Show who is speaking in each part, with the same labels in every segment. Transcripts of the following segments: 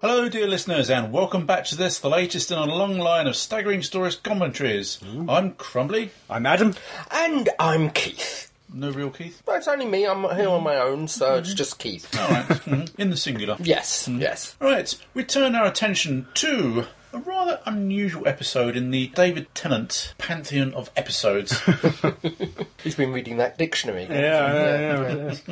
Speaker 1: Hello, dear listeners, and welcome back to this, the latest in a long line of staggering stories commentaries. I'm Crumbly.
Speaker 2: I'm Adam.
Speaker 3: And I'm Keith.
Speaker 1: No real Keith.
Speaker 3: But it's only me, I'm here on my own, so
Speaker 2: Mm-hmm.
Speaker 3: it's just Keith.
Speaker 2: Oh.
Speaker 1: All right. Mhm. In the singular.
Speaker 3: Yes, yes.
Speaker 1: Right, we turn our attention to a rather unusual episode in the David Tennant pantheon of episodes.
Speaker 3: He's been reading that dictionary.
Speaker 2: Yeah, yeah,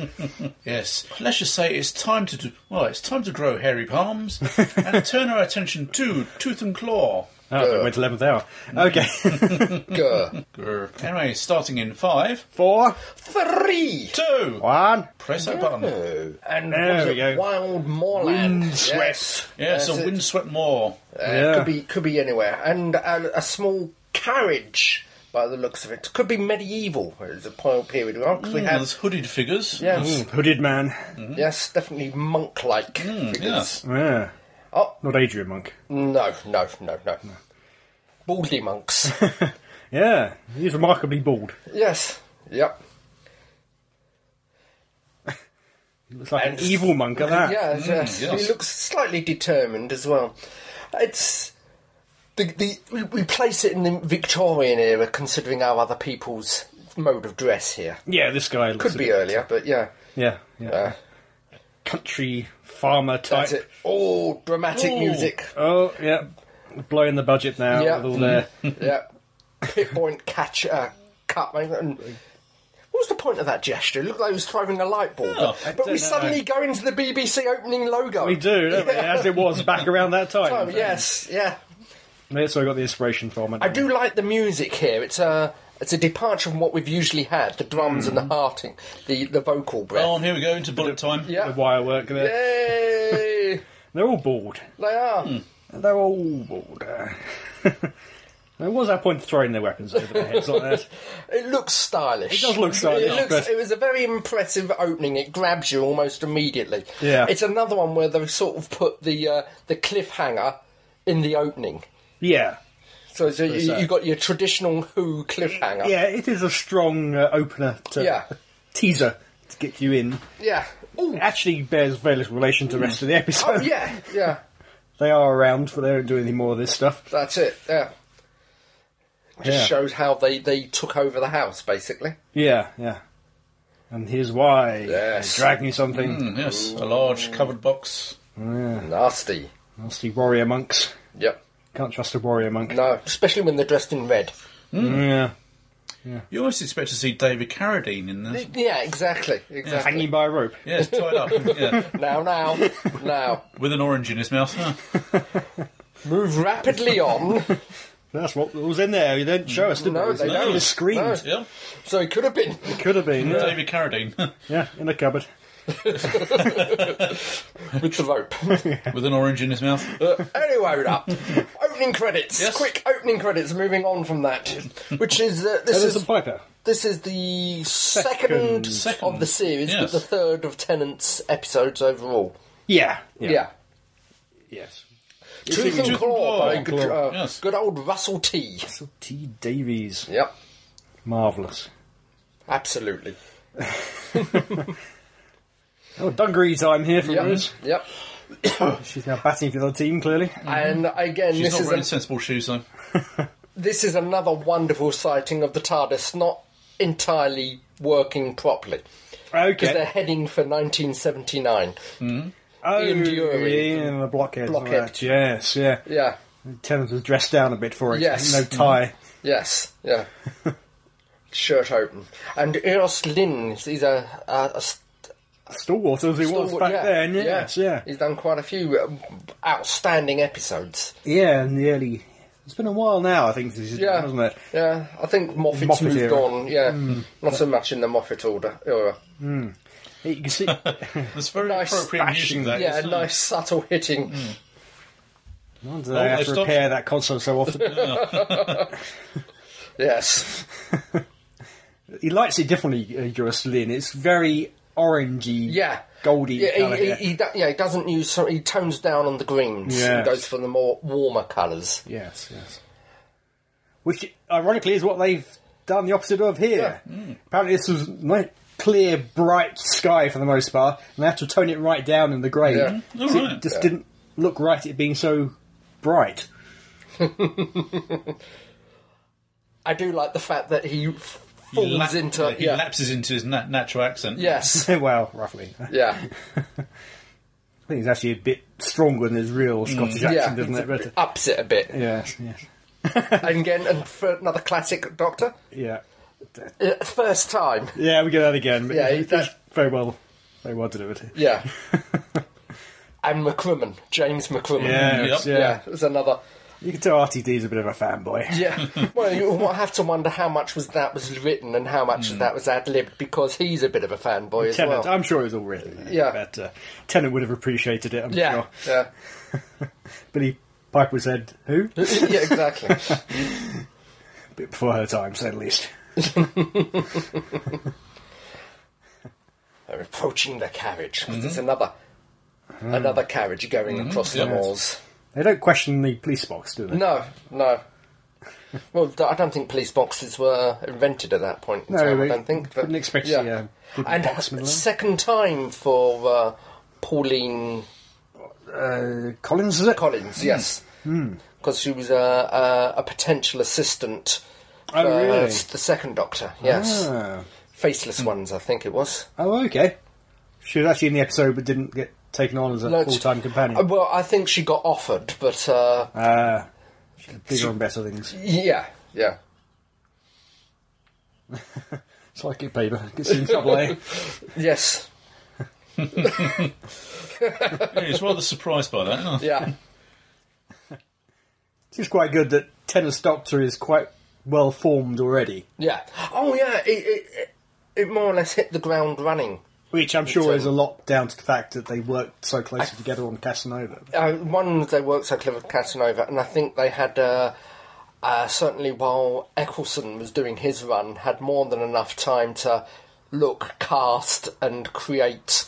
Speaker 2: yeah, yeah.
Speaker 1: yes, let's just say it's time to do, well, it's time to grow hairy palms and turn our attention to Tooth and Claw.
Speaker 2: Oh, they went eleventh hour. Okay,
Speaker 3: Grr.
Speaker 1: Grr. Anyway, starting in five,
Speaker 2: four,
Speaker 3: Three!
Speaker 1: two,
Speaker 2: one.
Speaker 1: press that button.
Speaker 3: Oh, and
Speaker 2: There
Speaker 3: was
Speaker 2: we
Speaker 3: it
Speaker 2: go.
Speaker 3: Wild Moorland.
Speaker 2: Sweat.
Speaker 1: Yes,
Speaker 3: That's
Speaker 1: a
Speaker 3: it.
Speaker 1: windswept moor.
Speaker 3: Uh,
Speaker 2: Yeah.
Speaker 3: Could be could be anywhere. And uh, a small carriage, by the looks of it. Could be medieval. It's a po- period. Because we
Speaker 1: Mm,
Speaker 3: have.
Speaker 1: there's hooded figures.
Speaker 3: Yes,
Speaker 2: Hooded man.
Speaker 3: Mm. yes, definitely monk like
Speaker 2: Mm,
Speaker 3: figures.
Speaker 2: Yeah.
Speaker 3: Oh.
Speaker 2: Not Adrian Monk.
Speaker 3: No, no, no, no. Baldy monks.
Speaker 2: Yeah, he's remarkably bald.
Speaker 3: yes, yep.
Speaker 2: He looks like an
Speaker 3: And-
Speaker 2: evil monk at that.
Speaker 3: Yeah, yes.
Speaker 1: yes.
Speaker 3: he looks slightly determined as well. It's the, the we- we place it in the Victorian era, considering our other people's mode of dress here.
Speaker 2: Yeah, this guy looks
Speaker 3: Could
Speaker 2: a
Speaker 3: be
Speaker 2: bit-
Speaker 3: earlier, but yeah,
Speaker 2: Yeah, yeah.
Speaker 3: uh,
Speaker 2: Country farmer type.
Speaker 3: that's it. Oh, dramatic
Speaker 1: Ooh.
Speaker 3: music.
Speaker 2: Oh, yeah. Blowing the budget now
Speaker 3: Yeah.
Speaker 2: with all their.
Speaker 3: yeah, hit point catch uh, cut. man, And what was the point of that gesture? It looked like he was throwing a light bulb.
Speaker 1: Yeah, I
Speaker 3: but but we
Speaker 2: Oh, don't
Speaker 3: suddenly go into the BBC opening logo.
Speaker 2: We do, don't we? as it was back around that time.
Speaker 3: Oh, yes, yeah.
Speaker 2: That's where I got the inspiration from.
Speaker 3: I do like the music here. It's a it's a departure from what we've usually had: the drums and the
Speaker 2: Mm-hmm.
Speaker 3: hearting, the the vocal breath.
Speaker 1: Oh, and here we go into bullet time.
Speaker 2: The
Speaker 3: yeah,
Speaker 2: wire work there.
Speaker 3: yay!
Speaker 2: They're all bald.
Speaker 3: they are.
Speaker 2: Hmm. They're all bald. there was our point of throwing their weapons over their heads like that.
Speaker 3: It looks stylish.
Speaker 2: It does look stylish,
Speaker 3: It, looks,
Speaker 2: but-
Speaker 3: it was a very impressive opening. It grabs you almost immediately.
Speaker 2: Yeah.
Speaker 3: it's another one where they sort of put the uh, the cliffhanger in the opening.
Speaker 2: Yeah.
Speaker 3: So, so you,
Speaker 2: so-
Speaker 3: you got your traditional Who cliffhanger.
Speaker 2: Yeah, it is a strong uh, opener to
Speaker 3: Yeah.
Speaker 2: teaser to get you in.
Speaker 3: yeah. Ooh.
Speaker 2: It actually bears very little relation to the rest of the episode.
Speaker 3: Oh, yeah, yeah.
Speaker 2: They are around, but they don't do any more of this stuff.
Speaker 3: That's it. Yeah. Just
Speaker 2: Yeah.
Speaker 3: shows how they, they took over the house, basically.
Speaker 2: Yeah, yeah. And here's why.
Speaker 3: Yes. Hmm.
Speaker 2: They're dragging something.
Speaker 1: Mm, yes, a large covered box.
Speaker 3: Nasty.
Speaker 2: Nasty warrior monks.
Speaker 3: Yep.
Speaker 2: Can't trust a warrior monk. Hmm.
Speaker 3: No, especially when they're dressed in red.
Speaker 2: Yeah.
Speaker 1: You almost expect to see David Carradine in this.
Speaker 3: Yeah, exactly. Exactly.
Speaker 2: Hanging by a rope.
Speaker 1: Yes, tied up. Yeah,
Speaker 3: Now, now, now.
Speaker 1: with an orange in his mouth. Huh.
Speaker 3: Move rapidly on.
Speaker 2: That's what was in there. You didn't show us, did
Speaker 3: No, they
Speaker 1: don't.
Speaker 2: Just screamed.
Speaker 3: No.
Speaker 1: Yeah,
Speaker 3: So it could have been.
Speaker 2: Could have been. Yeah.
Speaker 1: David Carradine
Speaker 2: yeah, in a cupboard.
Speaker 3: With the rope.
Speaker 1: with an orange in his mouth.
Speaker 3: anyway, up. opening credits.
Speaker 1: Yes.
Speaker 3: Quick opening credits. Moving on from that, which is uh,
Speaker 2: Oh,
Speaker 3: this
Speaker 2: there's
Speaker 3: is
Speaker 2: a piper.
Speaker 3: this is the second,
Speaker 1: Second.
Speaker 3: of the series,
Speaker 1: Yes.
Speaker 3: but the third of Tennant's episodes overall.
Speaker 2: Yeah.
Speaker 3: Yeah.
Speaker 2: Yes.
Speaker 3: Tooth
Speaker 1: Tooth
Speaker 3: and
Speaker 1: and
Speaker 3: Claw
Speaker 1: Claw.
Speaker 3: by good,
Speaker 2: Claw,
Speaker 3: uh,
Speaker 1: yes.
Speaker 3: good old Russell T.
Speaker 2: T. Davies.
Speaker 3: Yep,
Speaker 2: Marvellous.
Speaker 3: absolutely.
Speaker 2: Oh, dungaree time here for
Speaker 3: Yep,
Speaker 2: Rose.
Speaker 3: yep.
Speaker 2: She's now batting for the other team, clearly.
Speaker 3: And again,
Speaker 1: She's
Speaker 3: this
Speaker 1: not
Speaker 3: is,
Speaker 1: wearing
Speaker 3: a,
Speaker 1: sensible shoes though.
Speaker 3: this is another wonderful sighting of the TARDIS not entirely working properly. Because they're
Speaker 2: Okay.
Speaker 3: heading for 1979.
Speaker 2: Oh,
Speaker 3: Ian Dury.
Speaker 2: yeah, the blockhead.
Speaker 3: Blockhead.
Speaker 2: Right, Yes, yeah.
Speaker 3: Yeah,
Speaker 2: Tennant was dressed down a bit for it.
Speaker 3: Yes.
Speaker 2: No tie.
Speaker 3: yes, yeah. Shirt open. And Eros Lynn, he's a, a, a
Speaker 2: Stallwater as he was
Speaker 3: Stalwart,
Speaker 2: back
Speaker 3: yeah,
Speaker 2: then. Yes, yeah.
Speaker 3: He's done quite a few um, outstanding episodes.
Speaker 2: Yeah, in the early. It's been a while now, I think, since he's
Speaker 3: Yeah.
Speaker 2: done, hasn't it?
Speaker 3: Yeah, I think Moffat's
Speaker 2: Moffat
Speaker 3: moved
Speaker 2: era. Hmm.
Speaker 3: on. Yeah, not so much in the Moffat order. Era.
Speaker 2: You can see.
Speaker 1: That's very
Speaker 3: Nice
Speaker 1: appropriate
Speaker 2: fashion.
Speaker 1: music. That
Speaker 3: Yeah,
Speaker 1: isn't it?
Speaker 3: nice subtle hitting.
Speaker 1: Hmm.
Speaker 2: No wonder
Speaker 1: Oh,
Speaker 2: they have
Speaker 1: they've
Speaker 2: to
Speaker 1: stopped.
Speaker 2: repair that console so often.
Speaker 3: Yes,
Speaker 2: he likes it differently, uh, Juris Lin. It's very orangey,
Speaker 3: yeah.
Speaker 2: goldy
Speaker 3: Yeah,
Speaker 2: colour.
Speaker 3: he,
Speaker 2: yeah.
Speaker 3: he, he, do- yeah, he doesn't use. so- He tones down on the greens.
Speaker 2: Yes.
Speaker 3: and goes for the more warmer colours.
Speaker 2: Yes, yes. Which, ironically, is what they've done the opposite of here. Mm. Apparently, this was nice, clear, bright sky for the most part, and they had to tone it right down in the grey.
Speaker 3: Yeah.
Speaker 1: All
Speaker 2: So
Speaker 1: right.
Speaker 2: It just didn't look right at it being so bright.
Speaker 3: I do like the fact that he f-
Speaker 1: He,
Speaker 3: falls
Speaker 1: lap-
Speaker 3: into
Speaker 1: he
Speaker 3: yeah.
Speaker 1: lapses into his na- natural accent.
Speaker 3: yes,
Speaker 2: well, roughly. I
Speaker 3: yeah,
Speaker 2: think it's actually a bit stronger than his real Scottish
Speaker 3: Mm. yeah.
Speaker 2: accent, isn't it? But, uh,
Speaker 3: Ups it a bit,
Speaker 2: yes, yes.
Speaker 3: and again, and for another classic Doctor,
Speaker 2: Yeah.
Speaker 3: uh, first time.
Speaker 2: Yeah, we get that again. But
Speaker 3: Yeah, Mm.
Speaker 2: it's
Speaker 3: that-
Speaker 2: very well, very well delivered.
Speaker 3: Yeah. and McCrimmon, James McCrimmon.
Speaker 2: Yeah,
Speaker 1: Yep.
Speaker 2: yeah.
Speaker 3: Yeah, there's another.
Speaker 2: You can tell RTD's a bit of a fanboy.
Speaker 3: Yeah, well, you will have to wonder how much was that was written and how
Speaker 2: Hmm.
Speaker 3: much of that was ad libbed because he's a bit of a fanboy as
Speaker 2: Tennant,
Speaker 3: well.
Speaker 2: I'm sure it was all written.
Speaker 3: Yeah.
Speaker 2: but uh, Tennant would have appreciated it. I'm
Speaker 3: yeah,
Speaker 2: sure.
Speaker 3: yeah,
Speaker 2: Billy Piper said who a
Speaker 3: yeah, exactly.
Speaker 2: bit before her time, so at least.
Speaker 3: They're approaching the carriage. 'cause
Speaker 2: Hmm.
Speaker 3: There's another, another carriage going across the
Speaker 1: Yeah.
Speaker 3: moors.
Speaker 2: They don't question the police box, do they?
Speaker 3: No, no. Well, d- I don't think police boxes were invented at that point. In
Speaker 2: No,
Speaker 3: time,
Speaker 2: they
Speaker 3: I don't think. But,
Speaker 2: wouldn't expect to see a wooden
Speaker 3: and
Speaker 2: box middle of-
Speaker 3: second time for uh, Pauline
Speaker 2: Uh, Collins is it?
Speaker 3: Collins, yes,
Speaker 2: Hmm.
Speaker 3: because she was a, a, a potential assistant.
Speaker 2: Oh,
Speaker 3: for uh,
Speaker 2: really?
Speaker 3: The second Doctor, yes,
Speaker 2: Ah.
Speaker 3: faceless ones, I think it was.
Speaker 2: Oh, okay. She was actually in the episode, but didn't get taken on as a
Speaker 3: No, it's-
Speaker 2: full-time companion.
Speaker 3: Uh, Well, I think she got offered, but uh,
Speaker 2: Hmm. Ah, bigger and better things.
Speaker 3: yeah, yeah.
Speaker 2: Psychic paper gets you in trouble. eh?
Speaker 3: Yes,
Speaker 1: Yeah, he's rather surprised by that. isn't he?
Speaker 2: Hmm.
Speaker 3: yeah.
Speaker 2: It's just quite good that Tennant's Doctor is quite well formed already,
Speaker 3: Yeah. Oh, yeah. It, it, it, it more or less hit the ground running.
Speaker 2: which I'm sure
Speaker 3: um,
Speaker 2: is a lot down to the fact that they worked so closely together on Casanova.
Speaker 3: Uh, one, they worked so clever with Casanova, and I think they had, uh, uh, certainly while Eccleston was doing his run, had more than enough time to look, cast, and create.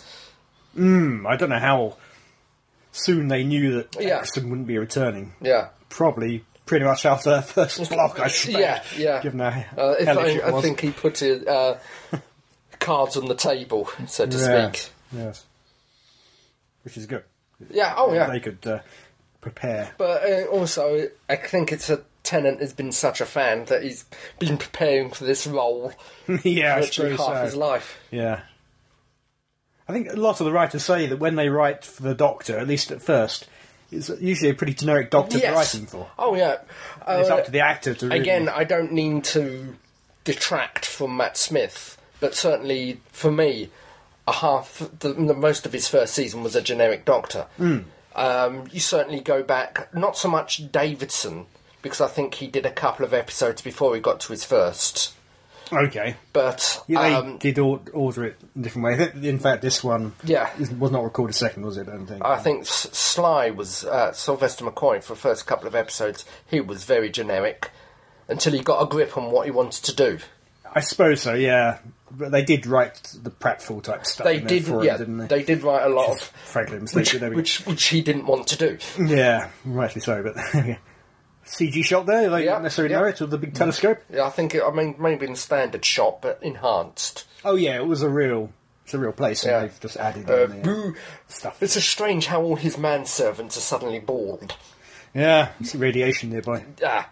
Speaker 2: Hmm, I don't know how soon they knew that
Speaker 3: Yeah.
Speaker 2: Exton wouldn't be returning.
Speaker 3: Yeah.
Speaker 2: Probably pretty much after their first block, I suspect.
Speaker 3: Yeah, yeah.
Speaker 2: Given how
Speaker 3: Uh, if
Speaker 2: hellish it
Speaker 3: I, I
Speaker 2: was.
Speaker 3: think he put uh, uh, cards on the table, so to
Speaker 2: Yeah,
Speaker 3: speak.
Speaker 2: Yes. Which is good.
Speaker 3: Yeah, oh, yeah.
Speaker 2: They could uh, prepare.
Speaker 3: But uh, also, I think it's a Tennant has been such a fan that he's been preparing for this role
Speaker 2: yeah, I
Speaker 3: literally
Speaker 2: suppose
Speaker 3: half
Speaker 2: so.
Speaker 3: his life.
Speaker 2: Yeah. I think a lot of the writers say that when they write for the Doctor, at least at first, it's usually a pretty generic Doctor to write him for.
Speaker 3: Oh yeah. Uh,
Speaker 2: it's up to the actor to really...
Speaker 3: again, I don't mean to detract from Matt Smith, but certainly for me, a half the, the most of his first season was a generic Doctor.
Speaker 2: Hmm.
Speaker 3: Um, you certainly go back, not so much Davidson, because I think he did a couple of episodes before he got to his first.
Speaker 2: Okay.
Speaker 3: But
Speaker 2: Yeah, they
Speaker 3: um,
Speaker 2: did or- order it in a different way. I think- In fact, this one
Speaker 3: Yeah.
Speaker 2: is- was not recorded second, was it? I don't think.
Speaker 3: I think S- Sly was uh, Sylvester McCoy for the first couple of episodes. He was very generic until he got a grip on what he wanted to do.
Speaker 2: I suppose so, yeah. But they did write the pratfall type stuff.
Speaker 3: They
Speaker 2: in there
Speaker 3: did,
Speaker 2: for him,
Speaker 3: yeah,
Speaker 2: didn't they?
Speaker 3: did write a lot of
Speaker 2: Frankly, a mistake.
Speaker 3: which,
Speaker 2: but there we go.
Speaker 3: which which he didn't want to do.
Speaker 2: Yeah, rightly so. But CG shot there. They
Speaker 3: Yeah,
Speaker 2: don't necessarily
Speaker 3: yeah.
Speaker 2: know it with the big telescope.
Speaker 3: Yeah, I think it, I mean maybe in standard shot, but enhanced.
Speaker 2: Oh yeah, it was a real, it's a real place, and
Speaker 3: Yeah.
Speaker 2: they've just added
Speaker 3: Uh,
Speaker 2: in the
Speaker 3: boo!
Speaker 2: stuff.
Speaker 3: It's so strange how all his manservants are suddenly bald.
Speaker 2: Yeah, it's radiation nearby.
Speaker 3: Ah,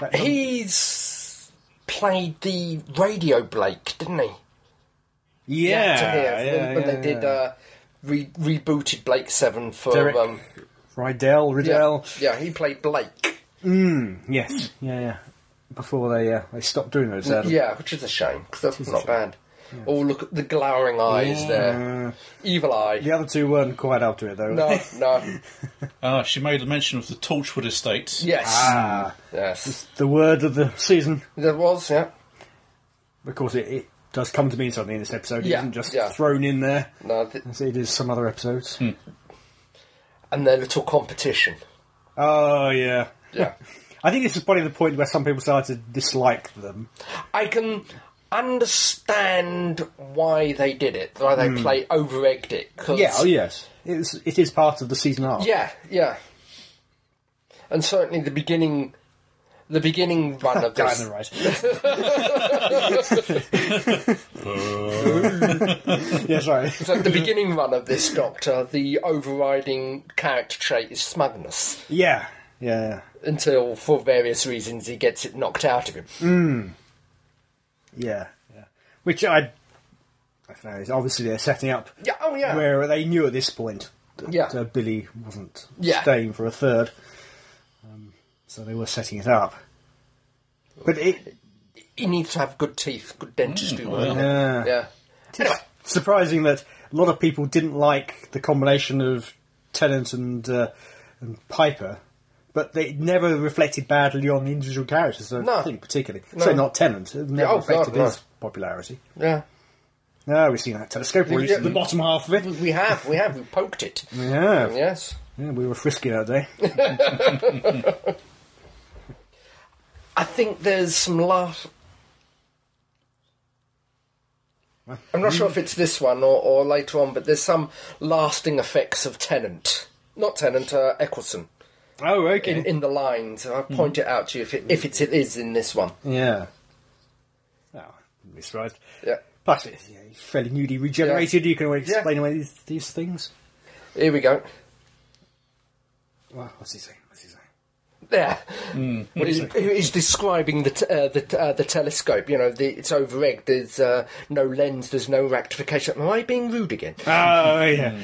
Speaker 2: That-
Speaker 3: he's played the radio Blake, didn't he?
Speaker 2: yeah,
Speaker 3: to hear
Speaker 2: yeah,
Speaker 3: when, when
Speaker 2: yeah,
Speaker 3: they did
Speaker 2: yeah.
Speaker 3: uh, re- rebooted Blake Seven for
Speaker 2: Derek
Speaker 3: um,
Speaker 2: Rydell,
Speaker 3: yeah,
Speaker 2: Riddell. Hmm,
Speaker 3: yeah, he played Blake.
Speaker 2: Yes, yeah, yeah. Before they uh, they stopped doing those. Adam.
Speaker 3: Yeah, which is a shame because that's not bad. Oh, look at the glowering eyes there,
Speaker 2: Uh,
Speaker 3: evil eye.
Speaker 2: the other two weren't quite up to it though.
Speaker 3: No, no.
Speaker 1: Ah, she made a mention of the Torchwood estate.
Speaker 3: Yes.
Speaker 2: Ah,
Speaker 3: Yes.
Speaker 2: the word of the season.
Speaker 3: There was, yeah.
Speaker 2: Of course, it, it does come to mean something in this episode. It
Speaker 3: Yeah,
Speaker 2: isn't just
Speaker 3: yeah.
Speaker 2: thrown in there.
Speaker 3: No, th-
Speaker 2: As it is some other episodes.
Speaker 3: and their little competition.
Speaker 2: Oh yeah.
Speaker 3: Yeah.
Speaker 2: I think this is probably the point where some people started to dislike them.
Speaker 3: I can understand why they did it, why they play over egged it. 'cause-
Speaker 2: Hmm. Yeah, oh yes. It's, it is part of the season arc.
Speaker 3: Yeah, yeah. And certainly the beginning. The beginning run of
Speaker 2: Down
Speaker 3: this.
Speaker 2: the right. yeah, sorry.
Speaker 3: So at the beginning run of this Doctor, the overriding character trait is smugness.
Speaker 2: Yeah, yeah,
Speaker 3: Until, for various reasons, he gets it knocked out of him.
Speaker 2: Hmm. yeah, yeah. Which I, I don't know. It's obviously they're setting up
Speaker 3: Yeah. Oh yeah.
Speaker 2: where they knew at this point that
Speaker 3: Yeah.
Speaker 2: uh, Billy wasn't
Speaker 3: Yeah.
Speaker 2: staying for a third, um, so they were setting it up. But it
Speaker 3: He needs to have good teeth, good dentistry.
Speaker 1: Mm,
Speaker 3: wouldn't
Speaker 2: yeah.
Speaker 3: he? yeah. Anyway,
Speaker 2: surprising that a lot of people didn't like the combination of Tennant and uh, and Piper, but they never reflected badly on the individual characters. I
Speaker 3: No.
Speaker 2: think particularly,
Speaker 3: No.
Speaker 2: so not Tennant, it never
Speaker 3: oh, God,
Speaker 2: affected
Speaker 3: no.
Speaker 2: his popularity.
Speaker 3: yeah.
Speaker 2: No, we've seen that telescope. We've
Speaker 3: Yeah.
Speaker 2: seen the bottom half of it.
Speaker 3: We- We have, we have, we poked it.
Speaker 2: Mm. Yeah, yeah.
Speaker 3: Yes.
Speaker 2: we were frisky that day.
Speaker 3: I think there's some last. I'm not sure if it's this one or, or later on, but there's some lasting effects of Tennant. Not Tennant, uh, Eccleston.
Speaker 2: oh, okay.
Speaker 3: In, in the lines. I'll point it out to you if, it, if it's, it is in this one.
Speaker 2: yeah. Oh, wouldn't be surprised.
Speaker 3: Yeah.
Speaker 2: Plus, it's yeah, he's fairly newly regenerated. You can always
Speaker 3: Yeah.
Speaker 2: explain away these, these things.
Speaker 3: Here we go.
Speaker 2: Well, what's he saying? What's he saying?
Speaker 3: There.
Speaker 2: Hmm,
Speaker 3: He's, he's describing the, t- uh, the, t- uh, the telescope. You know, the, it's over egged, there's uh, no lens, there's no rectification. Am I being rude again?
Speaker 2: Oh, yeah.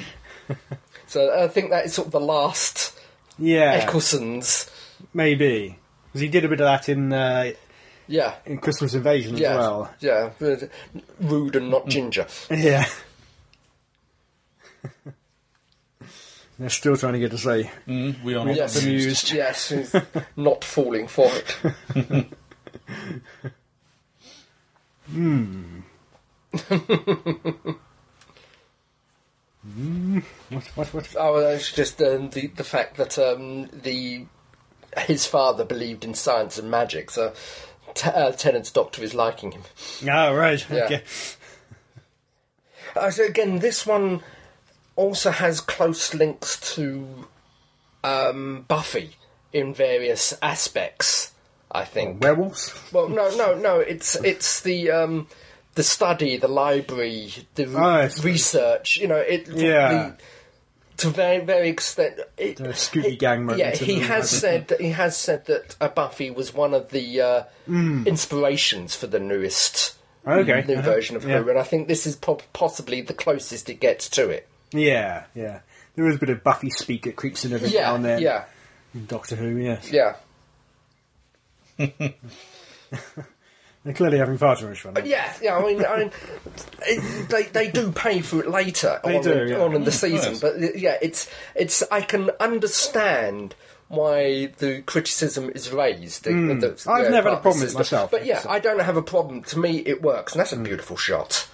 Speaker 3: So I think that is sort of the last
Speaker 2: Yeah,
Speaker 3: Eccleston's.
Speaker 2: maybe because he did a bit of that in uh,
Speaker 3: Yeah.
Speaker 2: in Christmas Invasion as
Speaker 3: Yeah.
Speaker 2: well.
Speaker 3: Yeah. but Rude and not ginger.
Speaker 2: Yeah. They're still trying to get to say.
Speaker 1: Mm, we are not
Speaker 3: Yes.
Speaker 1: amused.
Speaker 3: Yes. he's not falling for it. Hmm.
Speaker 2: What? What? What?
Speaker 3: Oh, well, it's just um, the the fact that um, the his father believed in science and magic, so t- uh, Tennant's doctor is liking him.
Speaker 2: Oh, right.
Speaker 3: Yeah.
Speaker 2: Okay.
Speaker 3: Uh, so again, this one also has close links to um, Buffy in various aspects. I think.
Speaker 2: Werewolves.
Speaker 3: Well, no, no, no. It's it's the um, the study, the library, the
Speaker 2: Oh, I see.
Speaker 3: research. You know, it.
Speaker 2: Yeah.
Speaker 3: The, to very very extent, it,
Speaker 2: The Scooby Gang moment.
Speaker 3: yeah, he has said that he has said that uh, Buffy was one of the uh, inspirations for the newest
Speaker 2: Hmm. Okay.
Speaker 3: new
Speaker 2: uh-huh.
Speaker 3: version of
Speaker 2: yeah.
Speaker 3: her, and I think this is po- possibly the closest it gets to it.
Speaker 2: Yeah, yeah. There is a bit of Buffy speak that creeps in every
Speaker 3: Yeah,
Speaker 2: now and then.
Speaker 3: yeah,
Speaker 2: In Doctor Who, yes.
Speaker 3: yeah,
Speaker 2: They're clearly having far too much fun.
Speaker 3: yeah, yeah. I mean, I mean it, they they do pay for it later
Speaker 2: They
Speaker 3: on,
Speaker 2: do,
Speaker 3: in,
Speaker 2: yeah.
Speaker 3: on in the
Speaker 1: Mm,
Speaker 3: season,
Speaker 1: yes.
Speaker 3: but uh, yeah, it's it's. I can understand. Why the criticism is raised? the-
Speaker 2: Mm. I've
Speaker 3: yeah,
Speaker 2: never had a
Speaker 3: about the
Speaker 2: problem with
Speaker 3: system.
Speaker 2: myself,
Speaker 3: but yeah,
Speaker 2: so. Mm.
Speaker 3: I don't have a problem. To me, it works, and that's a beautiful shot.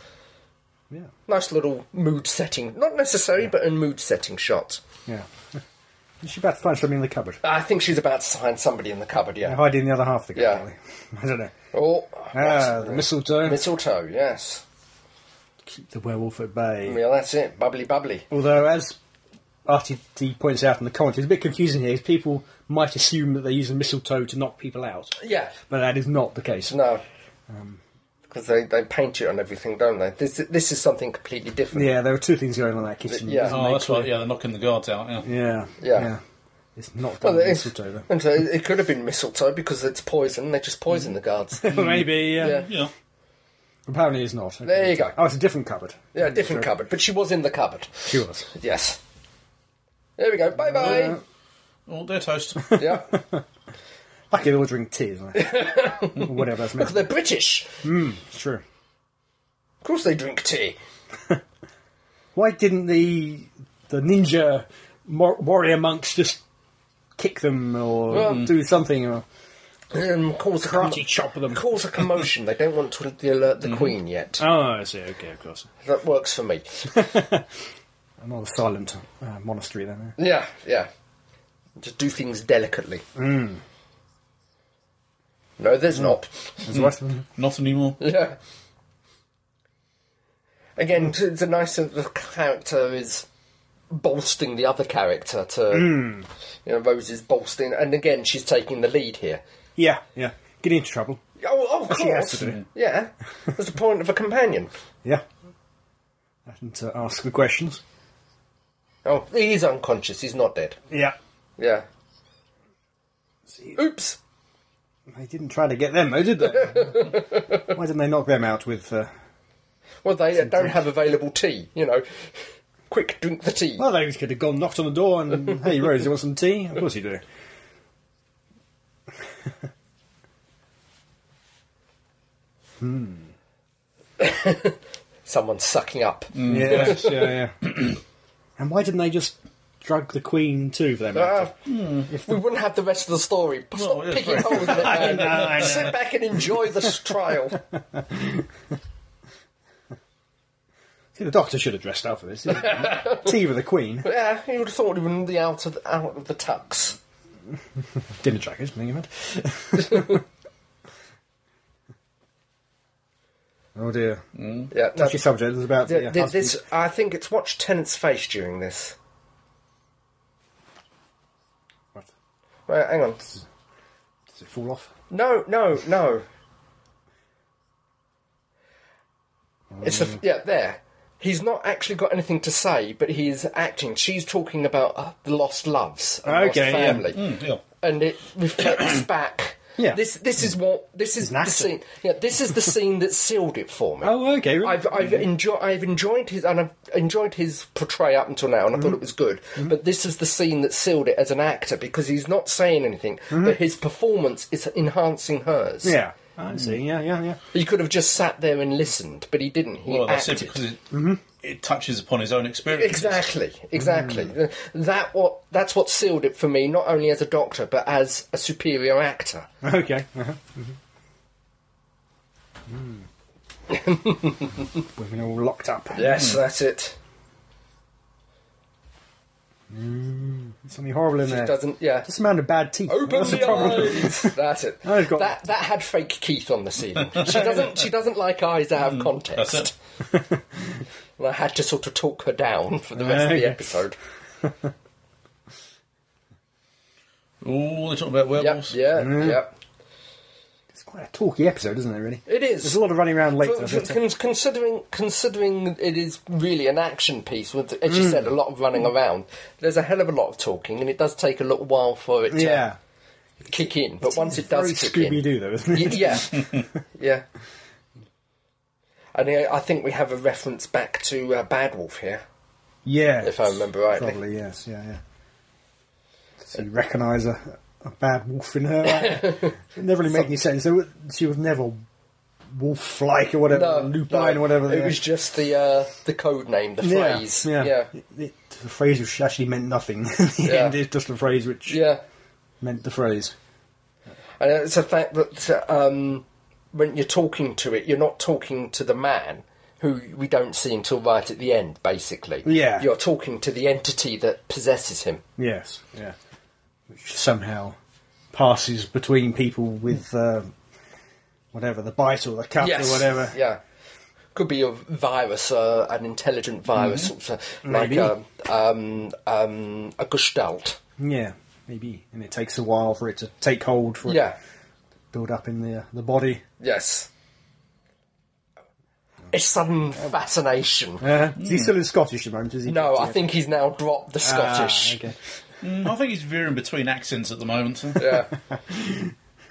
Speaker 2: Yeah.
Speaker 3: nice little mood setting. Not necessary, but a mood setting shot.
Speaker 2: Yeah. She's about to find something in the cupboard.
Speaker 3: I think she's about to find somebody in the cupboard, yeah.
Speaker 2: Hiding in the other half of the
Speaker 3: Yeah.
Speaker 2: cupboard. I don't know.
Speaker 3: Oh,
Speaker 2: Ah,
Speaker 3: what's-
Speaker 2: the mistletoe.
Speaker 3: mistletoe, yes.
Speaker 2: Keep the werewolf at bay.
Speaker 3: Well, that's it. Bubbly, bubbly.
Speaker 2: Although, as RTD points out in the comments, it's a bit confusing here because people might assume that they use the mistletoe to knock people out,
Speaker 3: Yeah,
Speaker 2: but that is not the case.
Speaker 3: no.
Speaker 2: Um,
Speaker 3: Because they, they paint it on everything, don't they? This, this is something completely different.
Speaker 2: Yeah, there are two things going on in that kitchen.
Speaker 3: Yeah.
Speaker 2: Isn't
Speaker 1: Oh,
Speaker 2: it?
Speaker 1: that's right. Yeah, they're knocking the guards out. Yeah.
Speaker 2: yeah,
Speaker 3: Yeah.
Speaker 2: It's not
Speaker 3: Well,
Speaker 2: done with
Speaker 3: it's-
Speaker 2: mistletoe. though.
Speaker 3: And so it it could have been mistletoe because it's poison. They just poison the guards.
Speaker 2: Maybe. Yeah.
Speaker 3: Yeah.
Speaker 1: Yeah.
Speaker 2: Apparently, it's not.
Speaker 3: There you go.
Speaker 2: Oh, it's a different cupboard.
Speaker 3: Yeah, different cupboard. But she was in the cupboard.
Speaker 2: She was.
Speaker 3: Yes. There we go. Bye
Speaker 2: Uh.
Speaker 3: bye.
Speaker 1: Oh, they're toast.
Speaker 3: Yeah.
Speaker 2: Lucky they all drink tea, isn't it? Or Whatever that's meant.
Speaker 3: They're British.
Speaker 2: It's true.
Speaker 3: Of course they drink tea.
Speaker 2: Why didn't the the ninja mor- warrior monks just kick them or
Speaker 3: Well-
Speaker 2: do something or
Speaker 3: Um, cause a
Speaker 2: karate chop them?
Speaker 3: cause a commotion. they don't want to alert the Queen yet.
Speaker 2: Oh, I see. Okay, of course.
Speaker 3: That works for me.
Speaker 2: Another silent uh, monastery then. eh?
Speaker 3: Yeah, yeah. Just do things delicately. No, there's not.
Speaker 2: Is what?
Speaker 1: Not anymore.
Speaker 3: Yeah. Again, t- the nice of the character is bolstering the other character to. You know, Rose is bolstering, and again, she's taking the lead here.
Speaker 2: Yeah, yeah. Get into trouble.
Speaker 3: Oh, of
Speaker 2: She has
Speaker 3: course.
Speaker 2: to do.
Speaker 3: Yeah. That's the point of a companion.
Speaker 2: Yeah. and to ask the questions.
Speaker 3: Oh, he is unconscious. He's not dead.
Speaker 2: Yeah.
Speaker 3: Yeah.
Speaker 2: See,
Speaker 3: Oops.
Speaker 2: they didn't try to get them, though, did they? Why didn't they knock them out with. Uh...
Speaker 3: Well, they uh, don't have available tea. You know, quick drink the tea.
Speaker 2: Well, they could have gone, knocked on the door, and, hey, Rose, you want some tea? Of course you do.
Speaker 3: Someone's sucking up.
Speaker 2: Mm. Yes, yeah, yeah. and why didn't they just drug the Queen, too, for that matter?
Speaker 3: Ah,
Speaker 2: Hmm,
Speaker 3: we wouldn't have the rest of the story. Stop
Speaker 1: Well, it's very-
Speaker 3: picking holes in it, man.
Speaker 2: know, I know.
Speaker 3: Sit back and enjoy this trial. Ah.
Speaker 2: See, the doctor should have dressed up for this. didn't he? tea with the Queen.
Speaker 3: Yeah, you would have thought he would be out of out of the tux.
Speaker 2: Dinner trackers, think of it. oh dear.
Speaker 3: Yeah,
Speaker 2: Touchy
Speaker 3: that's-
Speaker 2: subject. It's about
Speaker 3: th-
Speaker 2: yeah,
Speaker 3: th-
Speaker 2: husbands.
Speaker 3: this. I think it's watch Tennant's face during this.
Speaker 2: What?
Speaker 3: Well, hang on.
Speaker 2: Does it fall off?
Speaker 3: No, no, no. It's the f- yeah there. He's not actually got anything to say, but he is acting. She's talking about uh, the lost loves, and lost
Speaker 2: Okay, yeah. Hmm.
Speaker 3: family,
Speaker 1: Mm, yeah.
Speaker 3: and it reflects back.
Speaker 2: Yeah.
Speaker 3: this this is what this is
Speaker 2: an
Speaker 3: the
Speaker 2: actor.
Speaker 3: scene. Yeah, this is the scene that sealed it for me.
Speaker 2: Oh, okay. really.
Speaker 3: I've I've
Speaker 1: Mm-hmm.
Speaker 3: enjoyed I've enjoyed his and I've enjoyed his portray up until now, and I
Speaker 1: Mm-hmm.
Speaker 3: thought it was good. But this is the scene that sealed it as an actor because he's not saying anything,
Speaker 1: Mm-hmm.
Speaker 3: but his performance is enhancing hers.
Speaker 2: yeah.
Speaker 3: Hmm.
Speaker 2: I see. Yeah, yeah, yeah.
Speaker 3: he could have just sat there and listened, but he didn't. He
Speaker 1: Well, that's
Speaker 3: acted.
Speaker 1: it because it, it touches upon his own experience.
Speaker 3: Exactly,
Speaker 1: Mm-hmm.
Speaker 3: exactly. That what that's what sealed it for me, not only as a doctor but as a superior actor.
Speaker 2: Okay. Uh-huh. hmm Women all locked up.
Speaker 3: Yes, Mm-hmm. that's it.
Speaker 2: Something horrible in there.
Speaker 3: Doesn't yeah.
Speaker 2: Just a man of bad teeth.
Speaker 3: Open
Speaker 2: That's
Speaker 3: the,
Speaker 2: the problem.
Speaker 3: eyes. That's it.
Speaker 2: I've got-
Speaker 3: That that had fake Keith on the ceiling. She doesn't. She doesn't like eyes out of context.
Speaker 1: That's it.
Speaker 3: And I had to sort of talk her down for the rest of
Speaker 2: Okay.
Speaker 3: the episode.
Speaker 1: Oh, they're talking about
Speaker 3: Yep.
Speaker 1: werewolves.
Speaker 3: Yeah. Yep.
Speaker 2: It's quite a talky episode, isn't it? Really.
Speaker 3: It
Speaker 2: There's
Speaker 3: is.
Speaker 2: a lot of running around uh, late.
Speaker 3: Con- con- considering considering it is really an action piece with, as you
Speaker 2: Hmm.
Speaker 3: said, a lot of running around. There's a hell of a lot of talking, and it does take a little while for it to
Speaker 2: yeah.
Speaker 3: kick in. But once it
Speaker 2: Very
Speaker 3: does kick in,
Speaker 2: Scooby Doo, though, isn't it?
Speaker 3: Y- yeah, yeah. And uh, I I think we have a reference back to uh, Bad Wolf here,
Speaker 2: Yeah.
Speaker 3: if I remember rightly.
Speaker 2: Probably, yes, yeah, yeah. So you recognise a, a bad wolf in her. right? it never really made any sense. There were- She was never wolf like or whatever, lupine or whatever.
Speaker 3: It
Speaker 2: yeah.
Speaker 3: was just the uh, the code name, the
Speaker 2: yeah,
Speaker 3: phrase.
Speaker 2: Yeah.
Speaker 3: Yeah,
Speaker 2: It- it- the phrase which actually meant nothing. In the
Speaker 3: Yeah.
Speaker 2: end, it's just a phrase which
Speaker 3: yeah.
Speaker 2: meant the phrase.
Speaker 3: And it's a fact that um, when you're talking to it, you're not talking to the man who we don't see until right at the end. Basically,
Speaker 2: Yeah.
Speaker 3: you're talking to the entity that possesses him.
Speaker 2: Yes, yeah. Which somehow passes between people with uh, whatever, the bite or the cut or whatever.
Speaker 3: Yeah. Could be a virus, uh, an intelligent virus, sort of, like
Speaker 2: Mm-hmm. Maybe.
Speaker 3: a, um, um, a gestalt.
Speaker 2: Yeah, maybe. And it takes a while for it to take hold, for it
Speaker 3: Yeah.
Speaker 2: to build up in the, the body.
Speaker 3: Yes. A sudden fascination.
Speaker 2: Uh, Is he still in Scottish at the moment? Is he
Speaker 3: Hmm. No,
Speaker 2: Yeah.
Speaker 3: I think he's now dropped the
Speaker 2: Ah,
Speaker 3: Scottish.
Speaker 2: okay.
Speaker 1: Mm, I think he's veering between accents at the moment.
Speaker 3: Yeah.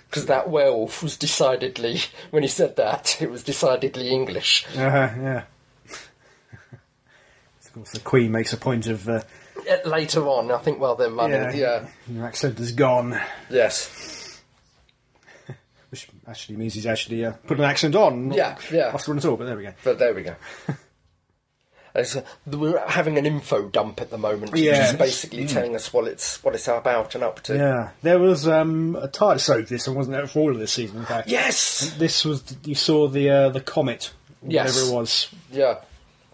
Speaker 3: Because that werewolf was decidedly, when he said that, it was decidedly English.
Speaker 2: Uh-huh, yeah. of course, the Queen makes a point of uh,
Speaker 3: Yet Later on, I think while they're running,
Speaker 2: yeah,
Speaker 3: yeah,
Speaker 2: your accent is gone,
Speaker 3: yes,
Speaker 2: which actually means he's actually uh, put an accent on. not
Speaker 3: Yeah, yeah.
Speaker 2: After one at all, but there we go.
Speaker 3: but there we go. It's, uh, we're having an info dump at the moment, which
Speaker 2: Yeah.
Speaker 3: is basically telling us what it's what it's about and up to.
Speaker 2: Yeah, there was um, a TARDIS episode this one, wasn't there, for all of this season, in fact.
Speaker 3: Yes,
Speaker 2: This was, you saw the uh, the comet,
Speaker 3: Yes.
Speaker 2: whatever it was,
Speaker 3: yeah,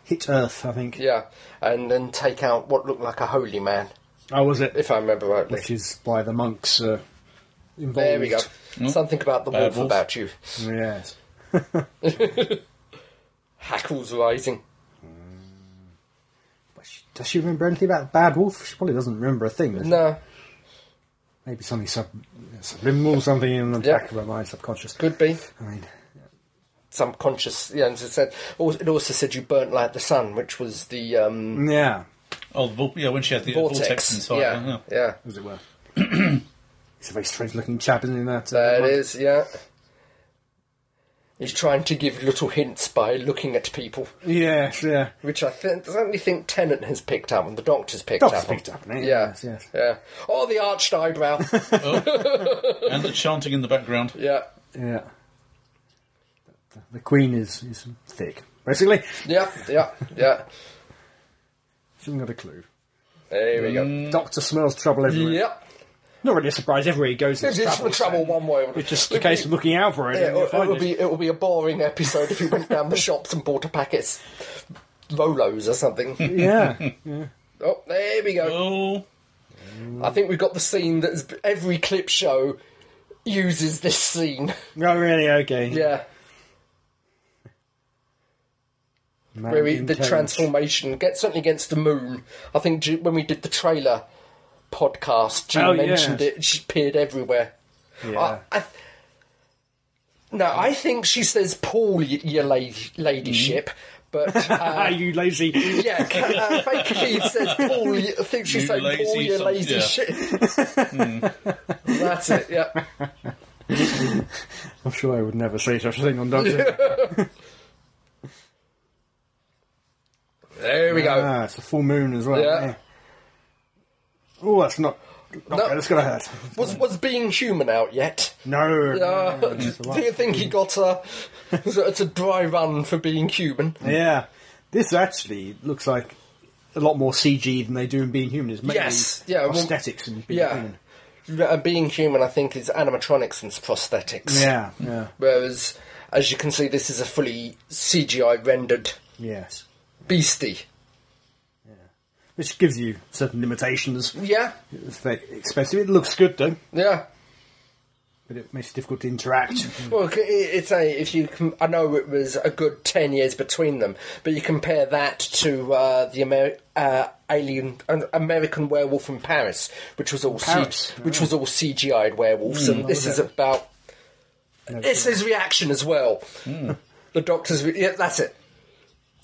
Speaker 2: hit Earth, I think.
Speaker 3: yeah, and then take out what looked like a holy man,
Speaker 2: Oh, was it?
Speaker 3: if I remember rightly.
Speaker 2: Which is why the monks are involved.
Speaker 3: There we go. Something about the
Speaker 1: Bad
Speaker 3: wolf
Speaker 1: wolf.
Speaker 3: about you.
Speaker 2: Yes.
Speaker 3: Hackles rising.
Speaker 2: But she- Does she remember anything about Bad Wolf? She probably doesn't remember a thing. does she?
Speaker 3: No,
Speaker 2: Maybe something sub, subliminal, something in the
Speaker 3: Yeah.
Speaker 2: back of her mind, subconscious.
Speaker 3: could be.
Speaker 2: I mean,
Speaker 3: subconscious. Yeah, and it said it also said you burnt like the sun, which was the um,
Speaker 2: Yeah,
Speaker 1: Oh, the, vol- yeah, when she had the
Speaker 3: vortex.
Speaker 1: vortex, inside.
Speaker 3: yeah,
Speaker 1: yeah.
Speaker 3: yeah.
Speaker 2: as it were. He's a very strange looking chap, isn't he? in That, uh,
Speaker 3: There
Speaker 2: one?
Speaker 3: it is. Yeah. He's trying to give little hints by looking at people,
Speaker 2: Yes, yeah.
Speaker 3: which I think, certainly think Tennant has picked up and the Doctor's picked
Speaker 2: Doctor's
Speaker 3: up. on.
Speaker 2: picked up on it,
Speaker 3: Yeah,
Speaker 2: yes, yes.
Speaker 3: yeah. Oh, the arched eyebrow.
Speaker 1: And the chanting in the background.
Speaker 3: yeah,
Speaker 2: Yeah. The, the Queen is, is thick, basically.
Speaker 3: yeah, yeah, yeah.
Speaker 2: She hasn't got a clue.
Speaker 3: There we go.
Speaker 2: Doctor smells trouble everywhere.
Speaker 3: Yep.
Speaker 2: Not really a surprise, everywhere he goes,
Speaker 3: It's
Speaker 2: there's
Speaker 3: just
Speaker 2: trouble.
Speaker 3: the trouble one way. or another.
Speaker 2: It's just a
Speaker 3: It'd
Speaker 2: case
Speaker 3: be-
Speaker 2: of looking out for it.
Speaker 3: Yeah,
Speaker 2: and you'll
Speaker 3: it,
Speaker 2: find
Speaker 3: would be it would be a boring episode if you went down the shops and bought a packet of Rolos or something.
Speaker 2: Yeah.
Speaker 3: oh, there we go.
Speaker 1: Oh,
Speaker 3: I think we've got the scene that is, every clip show uses this scene.
Speaker 2: oh, really? Okay.
Speaker 3: Yeah,
Speaker 2: Man
Speaker 3: where we,
Speaker 2: in
Speaker 3: the
Speaker 2: cage.
Speaker 3: transformation gets certainly against the moon. I think Ju- when we did the trailer podcast, June
Speaker 2: Oh,
Speaker 3: mentioned
Speaker 2: yes.
Speaker 3: it. She appeared everywhere.
Speaker 2: Yeah.
Speaker 3: I, I th- no, I think she says Paul, y- your la-
Speaker 2: Mm.
Speaker 3: ladyship, but.
Speaker 2: Ah,
Speaker 3: Uh,
Speaker 2: you lazy.
Speaker 3: Yeah, uh, Baker Keith says Paul. I think she
Speaker 1: You
Speaker 3: said Paul,
Speaker 1: lazy
Speaker 3: you
Speaker 1: son-
Speaker 3: lazy
Speaker 1: yeah.
Speaker 3: shit. That's it. Yeah,
Speaker 2: I'm sure I would never say such a thing on Doctor.
Speaker 3: there we go.
Speaker 2: Ah, it's a full moon as well.
Speaker 3: Yeah.
Speaker 2: Yeah. Oh, that's not. Okay,
Speaker 3: No.
Speaker 2: that's gonna hurt.
Speaker 3: was was being human out yet?
Speaker 2: No.
Speaker 3: Uh,
Speaker 2: no, no, no, it's a lot.
Speaker 3: do you think he got a? was it- It's a dry run for being human.
Speaker 2: yeah. This actually looks like a lot more CG than they do in Being Human. It's mainly
Speaker 3: Yes, yeah, well-
Speaker 2: prosthetics and Being
Speaker 3: Yeah.
Speaker 2: Human.
Speaker 3: Uh, being human, I think, is animatronics and prosthetics.
Speaker 2: Yeah. Yeah.
Speaker 3: Whereas, as you can see, this is a fully CGI rendered
Speaker 2: Yes.
Speaker 3: beastie.
Speaker 2: Which gives you certain limitations.
Speaker 3: Yeah,
Speaker 2: It's very expensive. It looks good though,
Speaker 3: yeah.
Speaker 2: but it makes it difficult to interact.
Speaker 3: Well, c- i- it's a if you com- I know it was a good ten years between them, but you compare that to uh, the Amer- uh, Alien uh, American Werewolf in Paris, which was all
Speaker 2: Paris, Hmm,
Speaker 3: C- which was all CGI'd werewolves, and this is about it's his reaction as well.
Speaker 2: Hmm.
Speaker 3: The doctor's re- yeah, that's it.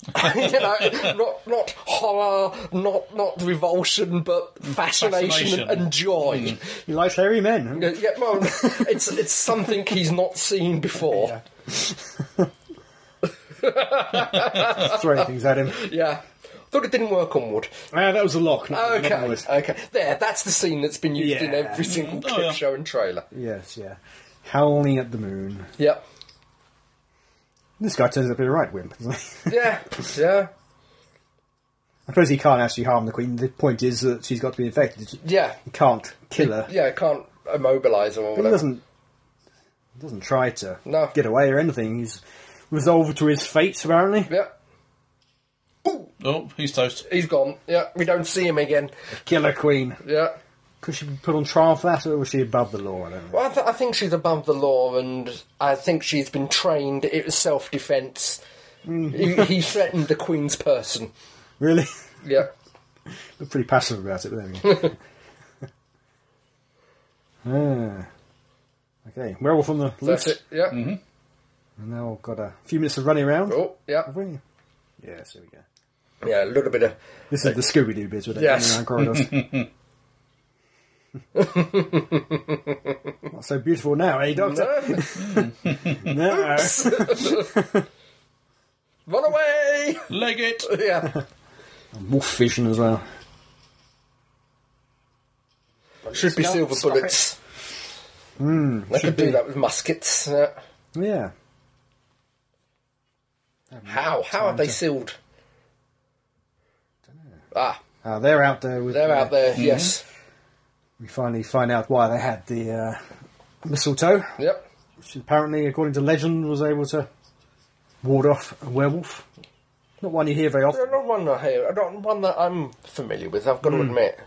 Speaker 3: you know, not not horror, not not revulsion, but fascination,
Speaker 1: Fascination.
Speaker 3: and joy.
Speaker 2: he likes hairy men.
Speaker 3: Yeah, yeah, well, it's it's something he's not seen before.
Speaker 2: Yeah. Throwing things at him.
Speaker 3: Yeah. Thought it didn't work on wood.
Speaker 2: Ah, that was a lock. not- not
Speaker 3: Okay,
Speaker 2: wood.
Speaker 3: okay. There, that's the scene that's been used in
Speaker 2: Yeah.
Speaker 3: every single
Speaker 1: Oh,
Speaker 3: clip
Speaker 1: yeah.
Speaker 3: show and trailer.
Speaker 2: Yes, yeah. Howling at the moon.
Speaker 3: Yep.
Speaker 2: This guy turns out to be a right wimp. doesn't he?
Speaker 3: Yeah, yeah,
Speaker 2: I suppose he can't actually harm the queen. The point is that she's got to be infected.
Speaker 3: yeah.
Speaker 2: He can't kill her.
Speaker 3: Yeah, I can't immobilise him
Speaker 2: But he
Speaker 3: or whatever.
Speaker 2: doesn't he doesn't try to
Speaker 3: No.
Speaker 2: get away or anything. He's resolved to his fate, apparently.
Speaker 3: Yep.
Speaker 1: oh, he's toast.
Speaker 3: He's gone. Yeah, we don't see him again.
Speaker 2: Killer queen.
Speaker 3: Yeah.
Speaker 2: Could she be put on trial for that, or was she above the law? I don't know.
Speaker 3: Well, I, th- I think she's above the law, and I think she's been trained. It was self-defence. he, he threatened the Queen's person.
Speaker 2: Really?
Speaker 3: Yeah.
Speaker 2: They're pretty passive about it, but there we go. ah. Okay, werewolf on the
Speaker 3: That's
Speaker 2: loose.
Speaker 3: it. Yeah.
Speaker 2: And now I've got a few minutes of running around.
Speaker 3: Oh, yeah.
Speaker 2: Have we? Yes, here we go.
Speaker 3: Yeah, a little bit of
Speaker 2: This is the Scooby Doo bit with it running
Speaker 3: Yes.
Speaker 2: around corridors. Not so beautiful now, eh, Doctor? No.
Speaker 3: run away.
Speaker 1: Leg it!
Speaker 3: yeah.
Speaker 2: Wolf vision as well.
Speaker 3: Should be
Speaker 2: Stop-
Speaker 3: silver
Speaker 2: stop
Speaker 3: bullets.
Speaker 2: Hmm.
Speaker 3: They
Speaker 2: should
Speaker 3: could do
Speaker 2: be.
Speaker 3: that with muskets. Yeah.
Speaker 2: Yeah.
Speaker 3: How? How have they sealed? Ah,
Speaker 2: Ah, they're out there with.
Speaker 3: they're
Speaker 2: uh,
Speaker 3: out there. Yes.
Speaker 2: Mm-hmm. We finally find out why they had the uh, mistletoe,
Speaker 3: Yep.
Speaker 2: which apparently, according to legend, was able to ward off a werewolf. Not one you hear very often.
Speaker 3: They're not one that here. Not one that I'm familiar with. I've got
Speaker 2: Hmm.
Speaker 3: to admit.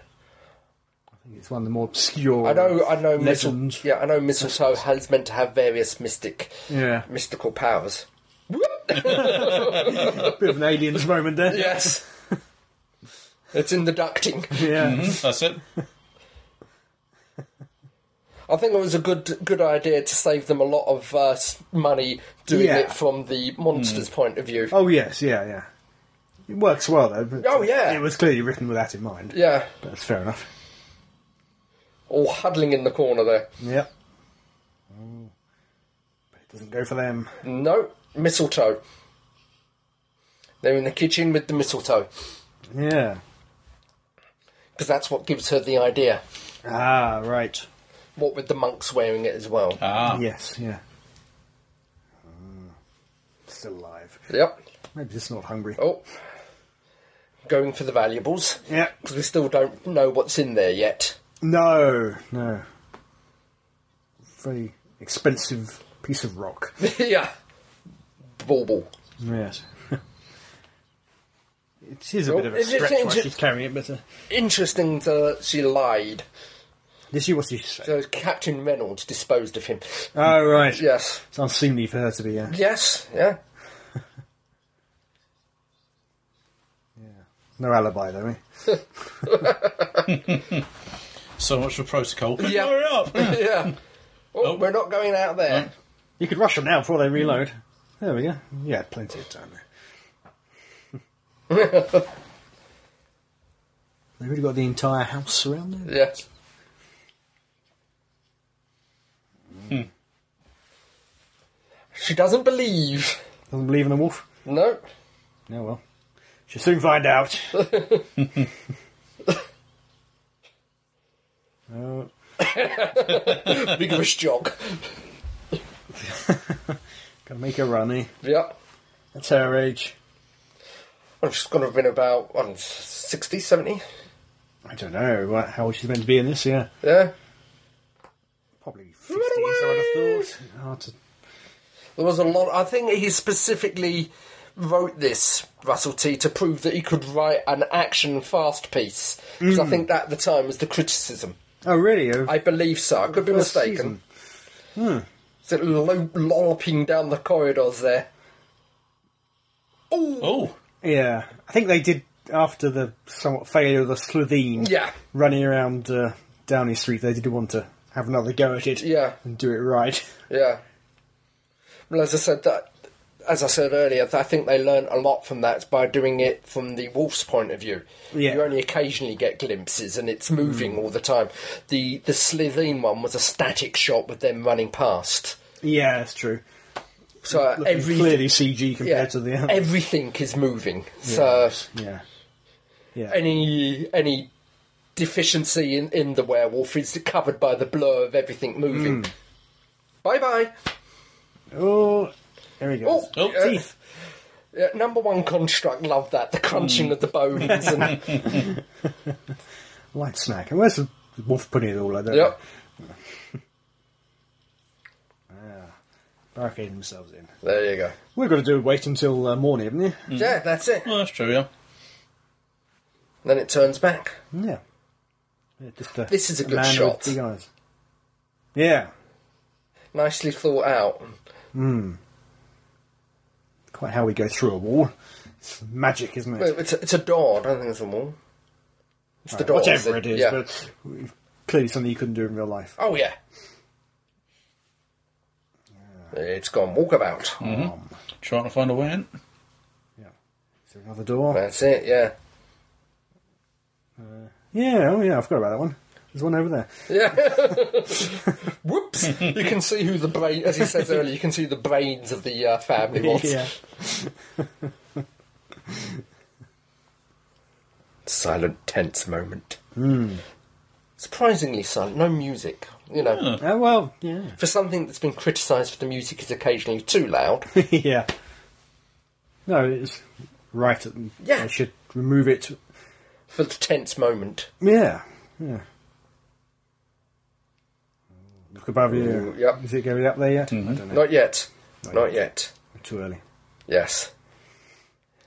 Speaker 2: It's one of the more obscure.
Speaker 3: I know. I know. Mistle,
Speaker 2: Legend.
Speaker 3: yeah. I know. Mistletoe has meant to have various mystic,
Speaker 2: Yeah.
Speaker 3: mystical powers.
Speaker 2: Bit of an aliens moment there.
Speaker 3: Yes.
Speaker 2: Mm.
Speaker 1: Mm-hmm,
Speaker 3: it's in the ducting.
Speaker 2: Yeah.
Speaker 1: That's it.
Speaker 3: I think it was a good good idea to save them a lot of uh, s- money doing
Speaker 2: Yeah.
Speaker 3: it from the monster's point of view.
Speaker 2: Oh yes, yeah, yeah. It works well though. But
Speaker 3: Oh, yeah.
Speaker 2: it was clearly written with that in mind.
Speaker 3: Yeah,
Speaker 2: but that's fair enough.
Speaker 3: all huddling in the corner there.
Speaker 2: Yep. Oh. But it doesn't go for them.
Speaker 3: No mistletoe. They're in the kitchen with the mistletoe
Speaker 2: Yeah.
Speaker 3: because that's what gives her the idea.
Speaker 2: Ah, right.
Speaker 3: What with the monks wearing it as well.
Speaker 1: Ah,
Speaker 2: Yes, yeah. Mm. Still alive.
Speaker 3: Yep.
Speaker 2: Maybe just not hungry.
Speaker 3: Oh, going for the valuables
Speaker 2: Yeah.
Speaker 3: because we still don't know what's in there yet.
Speaker 2: No, no. Very expensive piece of rock.
Speaker 3: yeah, bauble.
Speaker 2: Yes. it is a
Speaker 3: Oh,
Speaker 2: bit of a
Speaker 3: it's- it's-
Speaker 2: stretch why
Speaker 3: it's-
Speaker 2: she's carrying it, but uh,
Speaker 3: Interesting that she lied.
Speaker 2: did she what she said?
Speaker 3: So Captain Reynolds disposed of him.
Speaker 2: Oh right.
Speaker 3: Yes.
Speaker 2: It's unseemly for her to be. Uh,
Speaker 3: Yes. Yeah.
Speaker 2: no alibi though. Eh?
Speaker 1: so much for protocol.
Speaker 3: Yeah.
Speaker 1: Hurry up!
Speaker 3: yeah. Oh, We're not going out there.
Speaker 2: You could rush them now before they reload. There we go. Yeah, Mm. plenty of time there. They've really got the entire house surrounded.
Speaker 3: Yeah. She doesn't believe.
Speaker 2: Doesn't believe in the wolf.
Speaker 3: No.
Speaker 2: No, Oh, well. She'll soon find out. Oh,
Speaker 3: Vigorous jock.
Speaker 2: gotta make her run, eh?
Speaker 3: Yeah.
Speaker 2: That's her age.
Speaker 3: Well, she's going to have been about what, 60, 70.
Speaker 2: I don't know what, how old she's meant to be in this, yeah.
Speaker 3: Yeah.
Speaker 2: Probably 50s, I would have thought. Hard to
Speaker 3: There was a lot. I think he specifically wrote this Russell T to prove that he could write an action fast piece because I think that at the time was the criticism.
Speaker 2: Oh, really? Oh,
Speaker 3: I believe so. I could be
Speaker 2: first
Speaker 3: mistaken. Hmm. Is it lo- lolloping down the corridors there? Oh,
Speaker 1: Oh,
Speaker 2: Yeah. I think they did, after the somewhat failure of the Slovene
Speaker 3: yeah,
Speaker 2: running around uh, Downey Street, they did want to have another go at it
Speaker 3: yeah,
Speaker 2: and do it right.
Speaker 3: yeah. Well, as I said that. As I said earlier, I think they learnt a lot from that by doing it from the wolf's point of view.
Speaker 2: Yeah.
Speaker 3: You only occasionally get glimpses, and it's moving all the time. the The Slitheen one was a static shot with them running past,
Speaker 2: Yeah, that's true.
Speaker 3: so uh,
Speaker 2: Looking
Speaker 3: everything,
Speaker 2: clearly CG compared
Speaker 3: yeah,
Speaker 2: to the other.
Speaker 3: everything is moving. So
Speaker 2: yeah. Yeah.
Speaker 3: any any deficiency in, in the werewolf is covered by the blur of everything moving.
Speaker 2: Hmm.
Speaker 3: Bye bye.
Speaker 2: oh, there we go.
Speaker 3: Oh,
Speaker 1: Oh,
Speaker 3: yeah.
Speaker 2: teeth.
Speaker 3: Yeah, number one construct, love that the
Speaker 2: Hmm.
Speaker 3: crunching of the bones and
Speaker 2: Light snack. And where's the wolf putting it all like that?
Speaker 3: yep,
Speaker 2: Barricading themselves in.
Speaker 3: there you go.
Speaker 2: We've got to do wait until uh, morning, haven't you?
Speaker 3: Hmm. Yeah, that's it.
Speaker 1: well, that's true. Yeah.
Speaker 3: Then it turns back.
Speaker 2: Yeah. Yeah, just a,
Speaker 3: This is a good
Speaker 2: man
Speaker 3: shot.
Speaker 2: With big eyes. Yeah.
Speaker 3: Nicely thought out.
Speaker 2: Quite how we go through a wall. It's magic, isn't it?
Speaker 3: Well, It's a, it's a door. I don't think it's a wall. It's the
Speaker 2: Right,
Speaker 3: door.
Speaker 2: Whatever it is,
Speaker 3: Yeah.
Speaker 2: but clearly something you couldn't do in real life.
Speaker 3: Oh yeah. It's gone walkabout.
Speaker 2: Hmm.
Speaker 1: Trying to find a way in.
Speaker 2: Yeah. Is there another door?
Speaker 3: That's it. Yeah.
Speaker 2: Yeah, oh yeah, I forgot about that one. There's one over there.
Speaker 3: Yeah. Whoops! You can see who the brain, as he says earlier, you can see the brains of the uh, family was.
Speaker 2: yeah.
Speaker 3: Silent, tense moment.
Speaker 2: Hmm.
Speaker 3: Surprisingly silent. No music. You know,
Speaker 2: Oh, well, yeah.
Speaker 3: for something that's been criticised for the music is occasionally too loud.
Speaker 2: yeah. No, it's right. At,
Speaker 3: Yeah.
Speaker 2: They should remove it.
Speaker 3: for the tense moment.
Speaker 2: Yeah. Yeah. Look above you.
Speaker 3: Ooh, yep. Mm-hmm.
Speaker 2: Is it going up there yet? I don't know.
Speaker 3: Not yet. Not, yet.
Speaker 2: Too early.
Speaker 3: Yes.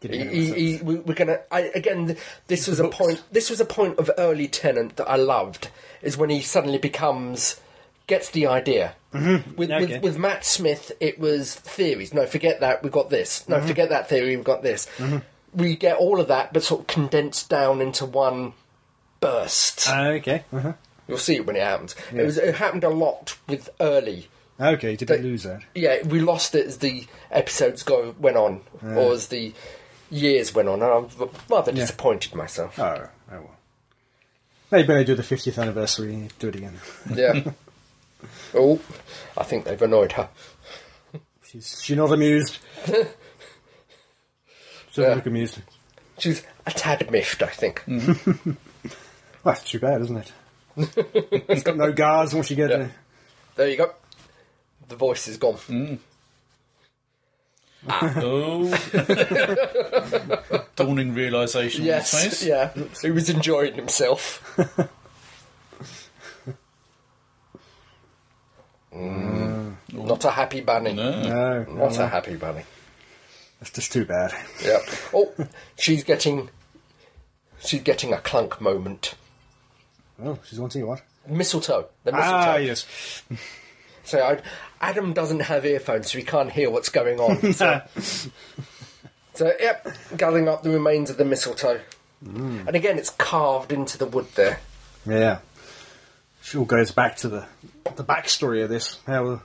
Speaker 2: Get
Speaker 3: He-
Speaker 2: ahead of
Speaker 3: he-
Speaker 2: myself.
Speaker 3: he- we- we're gonna. I, again, th- this was a
Speaker 2: books.
Speaker 3: point. This was a point of early Tenant that I loved. Is when he suddenly becomes gets the idea. Mm-hmm. With,
Speaker 2: Okay.
Speaker 3: with with Matt Smith, it was theories. No, forget that. We got this. No, forget that theory. We've got this. We get all of that, but sort of condensed down into one burst.
Speaker 2: Uh. Ah, okay. Uh-huh.
Speaker 3: You'll see it when it happens. It, was, it happened a lot with early.
Speaker 2: Okay, did they
Speaker 3: They-
Speaker 2: lose that?
Speaker 3: Yeah, we lost it as the episodes go went on, or as the years went on, and I was rather
Speaker 2: Yeah.
Speaker 3: disappointed myself.
Speaker 2: Oh, oh well. Maybe they do the 50th anniversary and do it again.
Speaker 3: yeah. Oh, I think they've annoyed her.
Speaker 2: She's, she's not amused. She doesn't
Speaker 3: Yeah.
Speaker 2: look amused.
Speaker 3: She's a tad miffed, I think.
Speaker 2: Well, that's too bad, isn't it? it's got no guards once you get
Speaker 3: Yeah.
Speaker 2: there.
Speaker 3: There you go. The voice is gone.
Speaker 1: Oh. Dawning realisation on his
Speaker 3: Yes,
Speaker 1: face.
Speaker 3: yeah. He was enjoying himself. Mm. Not a happy bunny.
Speaker 1: No.
Speaker 2: No, no,
Speaker 3: Not
Speaker 2: no.
Speaker 3: a happy bunny.
Speaker 2: that's just too bad.
Speaker 3: Yep. Oh, she's getting, she's getting a clunk moment.
Speaker 2: Oh, she's wanting what?
Speaker 3: Mistletoe. The mistletoe.
Speaker 2: Ah, yes.
Speaker 3: So I, Adam doesn't have earphones, so he can't hear what's going on. so, so, yep, gathering up the remains of the mistletoe. And again, it's carved into the wood there.
Speaker 2: Yeah. She all goes back to the the backstory of this, how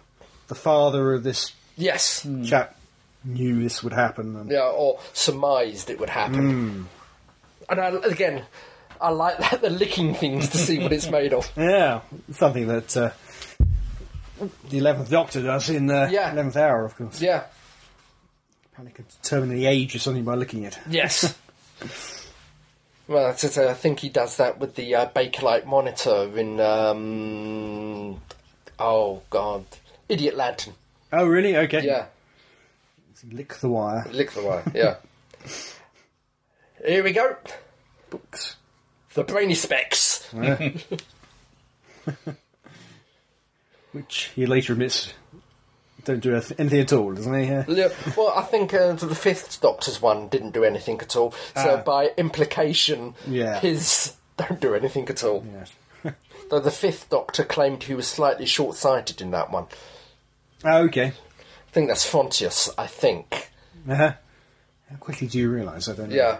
Speaker 2: the father of this
Speaker 3: Yes.
Speaker 2: chap knew this would happen. And,
Speaker 3: Yeah, or surmised it would happen. And I, again, I like that the licking things to see what it's made of.
Speaker 2: yeah, something that uh, the Eleventh Doctor does in the
Speaker 3: Yeah.
Speaker 2: Eleventh Hour, of course.
Speaker 3: Yeah.
Speaker 2: Apparently, could determine the age of something by looking at it.
Speaker 3: Yes. well, that's it, I think he does that with the uh, Bakelite monitor in. Um, oh God, Idiot Lantern.
Speaker 2: Oh, really? Okay.
Speaker 3: Yeah,
Speaker 2: Lick the wire.
Speaker 3: lick the wire. Yeah. Here we go.
Speaker 2: Books.
Speaker 3: The brainy specs.
Speaker 2: Which he later admits don't do anyth- anything at all, doesn't he? Yeah.
Speaker 3: Yeah, well, I think uh, the fifth Doctor's one didn't do anything at all. So
Speaker 2: Ah.
Speaker 3: by implication,
Speaker 2: Yeah.
Speaker 3: his don't do anything at all.
Speaker 2: yeah.
Speaker 3: Though the fifth Doctor claimed he was slightly short-sighted in that one.
Speaker 2: Oh, okay.
Speaker 3: I think that's Frontius. I think.
Speaker 2: Uh-huh. How quickly do you realise? I don't know.
Speaker 3: Yeah.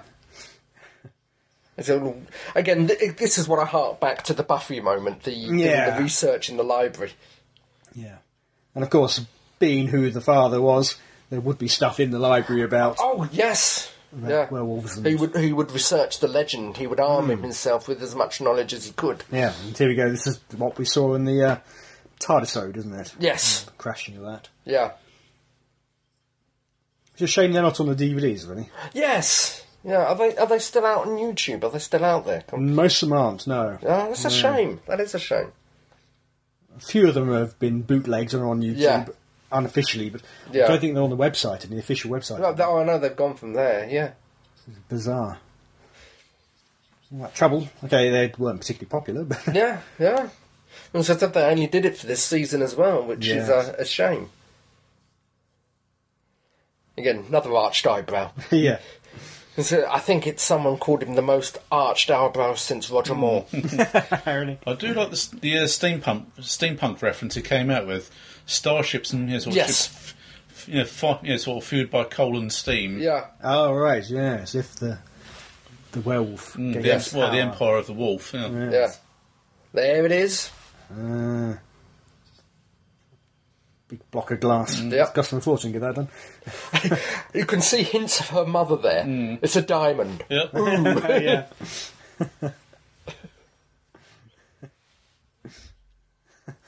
Speaker 3: So, again, th- this is what I hark back to the Buffy moment, the,
Speaker 2: Yeah.
Speaker 3: the, the research in the library.
Speaker 2: Yeah. And of course, being who the father was, there would be stuff in the library about.
Speaker 3: Oh yes, yeah.
Speaker 2: werewolves and- Hmm.
Speaker 3: He would he would research the legend. He would arm him himself with as much knowledge as he could.
Speaker 2: Yeah, and here we go. This is what we saw in the uh, Tardisode, isn't it?
Speaker 3: Yes,
Speaker 2: Crashing of that.
Speaker 3: yeah,
Speaker 2: It's a shame they're not on the DVDs, really.
Speaker 3: yes, yeah. Are they are they still out on YouTube? Are they still out there? Come-
Speaker 2: Most of them aren't, no.
Speaker 3: Oh, that's a
Speaker 2: Hmm.
Speaker 3: shame. That is a shame.
Speaker 2: A few of them have been bootlegs and are on YouTube
Speaker 3: Yeah.
Speaker 2: unofficially, but I
Speaker 3: Yeah.
Speaker 2: don't think they're on the website, in the official website.
Speaker 3: No, that- oh, I know they've gone from there. Yeah,
Speaker 2: Bizarre. Right, trouble. Okay, they weren't particularly popular, but
Speaker 3: yeah, yeah. And so I said they only did it for this season as well, which is
Speaker 2: Yes.
Speaker 3: uh, a shame. Again, another arched eyebrow.
Speaker 2: yeah.
Speaker 3: So I think it's someone called him the most arched eyebrow since Roger
Speaker 1: Oh.
Speaker 3: Moore.
Speaker 2: Irony.
Speaker 1: I do like the, s- the uh, steampunk steampunk reference he came out with. Starships and you know, sort of
Speaker 3: Yes.
Speaker 1: ships, f- you know, fi- you know, sort of fueled by coal and steam.
Speaker 3: yeah,
Speaker 2: Oh, right, yeah, as if the the werewolf.
Speaker 1: Mm,
Speaker 2: gave
Speaker 1: the,
Speaker 2: us
Speaker 1: em- well, the
Speaker 2: power.
Speaker 1: Empire of the Wolf. Yeah.
Speaker 3: yeah. There it is.
Speaker 2: Ah. big block of glass.
Speaker 1: Mm,
Speaker 3: Yep.
Speaker 2: It's cost them a fortune to get that done.
Speaker 3: You can see hints of her mother there. It's a diamond.
Speaker 1: Yeah.
Speaker 2: yeah.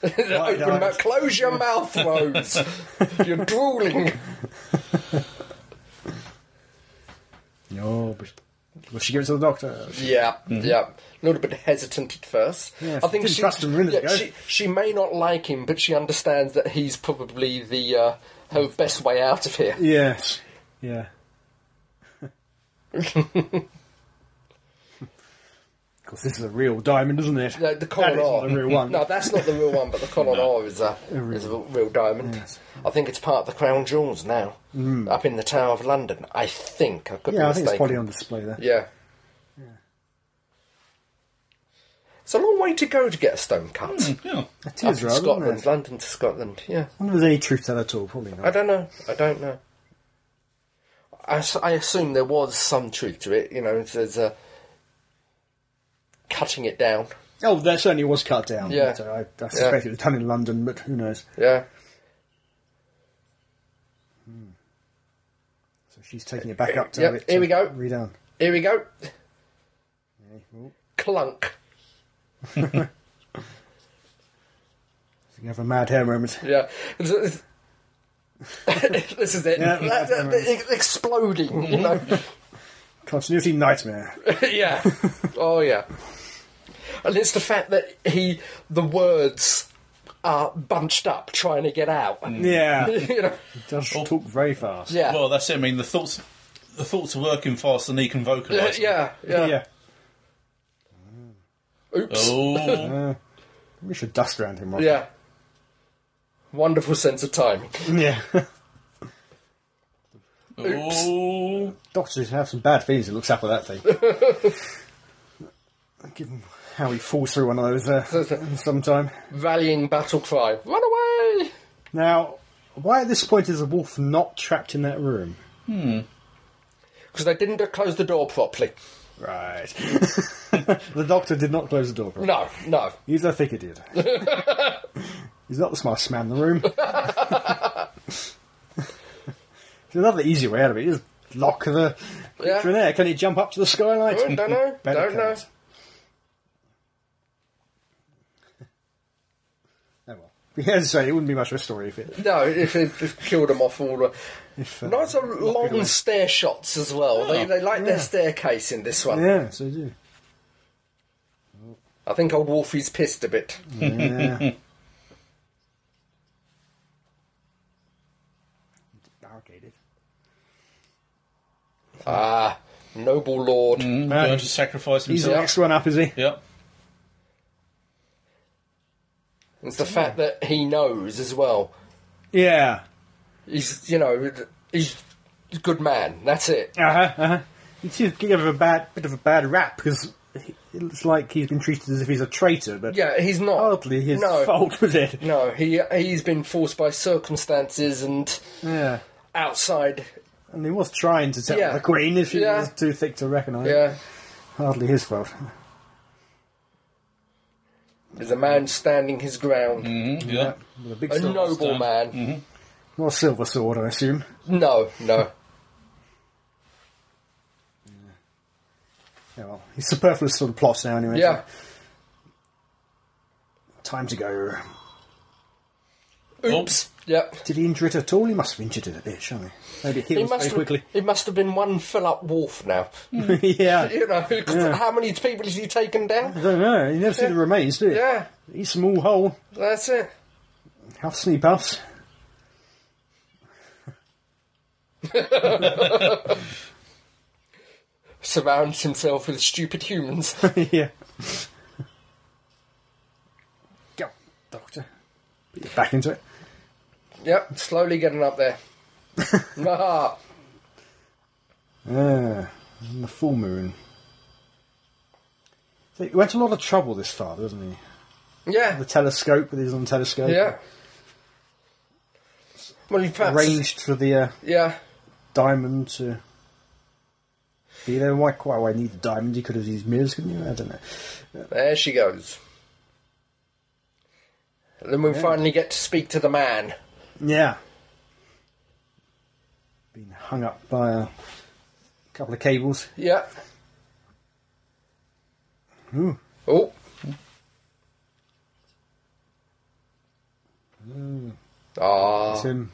Speaker 3: Open mouth. Close your mouth, Rose. You're drooling.
Speaker 2: No, but well, she gives it to the doctor.
Speaker 3: Yeah, yeah. A little bit hesitant at first.
Speaker 2: Mm-hmm. Yeah,
Speaker 3: I think
Speaker 2: didn't
Speaker 3: she,
Speaker 2: trust him a minute
Speaker 3: yeah,
Speaker 2: ago.
Speaker 3: she she may not like him, but she understands that he's probably the uh, her
Speaker 2: Mm.
Speaker 3: best way out of here.
Speaker 2: Yes. Yeah. of course, this is a real diamond, isn't it?
Speaker 3: No, the
Speaker 2: That
Speaker 3: Colin
Speaker 2: is not
Speaker 3: R.
Speaker 2: the real one.
Speaker 3: No, that's not the real one, but the Colin R is a, is a real diamond. I think it's part of the Crown Jewels now, up in the Tower of London. I think. I could be
Speaker 2: Mm. Yeah, I think it's
Speaker 3: mistaken.
Speaker 2: probably on display there.
Speaker 3: Yeah. It's a long way to go to get a stone cut.
Speaker 1: yeah.
Speaker 2: Mm. It
Speaker 3: Up
Speaker 2: is,
Speaker 3: in
Speaker 2: rather,
Speaker 3: Scotland,
Speaker 2: isn't it?
Speaker 3: London to Scotland, yeah.
Speaker 2: I wonder if there's any truth to that at all. Probably
Speaker 3: I
Speaker 2: not.
Speaker 3: don't know. I don't know. I, s- I assume there was some truth to it. You know, if there's a cutting it down.
Speaker 2: Oh, there certainly was cut down.
Speaker 3: Yeah.
Speaker 2: So I, I suspect it was done in London, but who knows?
Speaker 3: Yeah.
Speaker 2: So she's taking it back up to
Speaker 3: Yep,
Speaker 2: have it
Speaker 3: here we
Speaker 2: uh,
Speaker 3: go.
Speaker 2: redone.
Speaker 3: Here we go.
Speaker 2: Yeah, well,
Speaker 3: Clunk.
Speaker 2: so you have a mad hair moment.
Speaker 3: Yeah. this is it.
Speaker 2: Yeah.
Speaker 3: That- that- that- it's exploding, you know.
Speaker 2: Continuity nightmare.
Speaker 3: yeah. Oh, yeah. And it's the fact that he, the words are bunched up trying to get out.
Speaker 2: Yeah, it
Speaker 3: you know.
Speaker 2: does talk very fast.
Speaker 3: Yeah.
Speaker 1: Well, that's it. I mean, the thoughts, the thoughts are working faster than he can
Speaker 3: yeah,
Speaker 1: vocalise.
Speaker 3: yeah,
Speaker 2: yeah.
Speaker 3: Oops.
Speaker 1: Oh,
Speaker 2: Uh, we should dust around him. right?
Speaker 3: Yeah. Wonderful sense of timing.
Speaker 2: yeah.
Speaker 1: oh.
Speaker 2: Doctors have some bad feelings. It looks after that thing. Given how he falls through one of those uh, sometime.
Speaker 3: Rallying battle cry. Run away!
Speaker 2: Now, why at this point is the wolf not trapped in that room?
Speaker 3: Because they didn't close the door properly.
Speaker 2: Right. the doctor did not close the door. properly.
Speaker 3: No, no.
Speaker 2: He's I think he did. He's not the smartest man in the room. There's another easy way out of it. Is lock the
Speaker 3: Yeah.
Speaker 2: creature in there. Can it jump up to the skylight?
Speaker 3: Oh, don't know,
Speaker 2: Better
Speaker 3: don't know.
Speaker 2: can't. Oh well. Yeah, as I say, it wouldn't be much of a story if it.
Speaker 3: No, if it if killed them off all the
Speaker 2: If, uh,
Speaker 3: Nice
Speaker 2: lock it away.
Speaker 3: long stair shots as well. They, they like their staircase in this one.
Speaker 2: Yeah, so do.
Speaker 3: I think old Wolfie's pissed a bit.
Speaker 2: Mm-hmm. Yeah. Barricaded.
Speaker 3: Ah, noble lord.
Speaker 1: Mm,
Speaker 2: Man.
Speaker 1: going to sacrifice
Speaker 2: He's the
Speaker 1: himself.
Speaker 2: next one up, is he?
Speaker 1: Yep.
Speaker 3: It's the fact that he knows as well.
Speaker 2: Yeah.
Speaker 3: He's, you know, he's a good man. That's it.
Speaker 2: Uh huh. Uh huh. He seems to give a bad bit of a bad rap because it looks like he's been treated as if he's a traitor, but
Speaker 3: Yeah, he's not.
Speaker 2: hardly his
Speaker 3: no,
Speaker 2: fault was it.
Speaker 3: No, he, he's been forced by circumstances and
Speaker 2: Yeah.
Speaker 3: outside.
Speaker 2: And he was trying to tell
Speaker 3: Yeah.
Speaker 2: the Queen if she
Speaker 3: Yeah.
Speaker 2: was too thick to recognise.
Speaker 3: Yeah.
Speaker 2: Hardly his fault.
Speaker 3: There's a man standing his ground.
Speaker 1: Mm, yeah.
Speaker 2: With a big
Speaker 3: A
Speaker 2: silver,
Speaker 3: noble man.
Speaker 2: not a silver sword, I assume.
Speaker 3: No, no.
Speaker 2: Yeah, well, he's superfluous sort of plots now anyway.
Speaker 3: Yeah.
Speaker 2: Time to go.
Speaker 3: Oops. Yep.
Speaker 2: Did he injure it at all? He must have injured it a bit, shall he? Maybe it
Speaker 3: He
Speaker 2: heals
Speaker 3: must,
Speaker 2: very
Speaker 3: have,
Speaker 2: quickly.
Speaker 3: it must have been one fill up wolf now.
Speaker 2: yeah.
Speaker 3: You know, 'cause how many people has he taken
Speaker 2: I
Speaker 3: down?
Speaker 2: don't know. You never see the remains, do you?
Speaker 3: Yeah,
Speaker 2: He's small hole.
Speaker 3: that's it.
Speaker 2: Huffs and he puffs.
Speaker 3: Surrounds himself with stupid humans.
Speaker 2: yeah. Go, Doctor. Put your back into it.
Speaker 3: yep, slowly getting up there. Ah,
Speaker 2: Ah, and the full moon. So he went to a lot of trouble this far, doesn't he?
Speaker 3: yeah,
Speaker 2: The telescope, with his on telescope.
Speaker 3: yeah. Well, he perhaps.
Speaker 2: Arranged for the uh,
Speaker 3: Yeah,
Speaker 2: diamond to be there. Why quite why need the diamond? You could have used mirrors, couldn't you? I don't know.
Speaker 3: there she goes. And then we finally get to speak to the man.
Speaker 2: Yeah. Been hung up by a couple of cables.
Speaker 3: Yeah. Oh, ah, Hmm.
Speaker 2: It's him.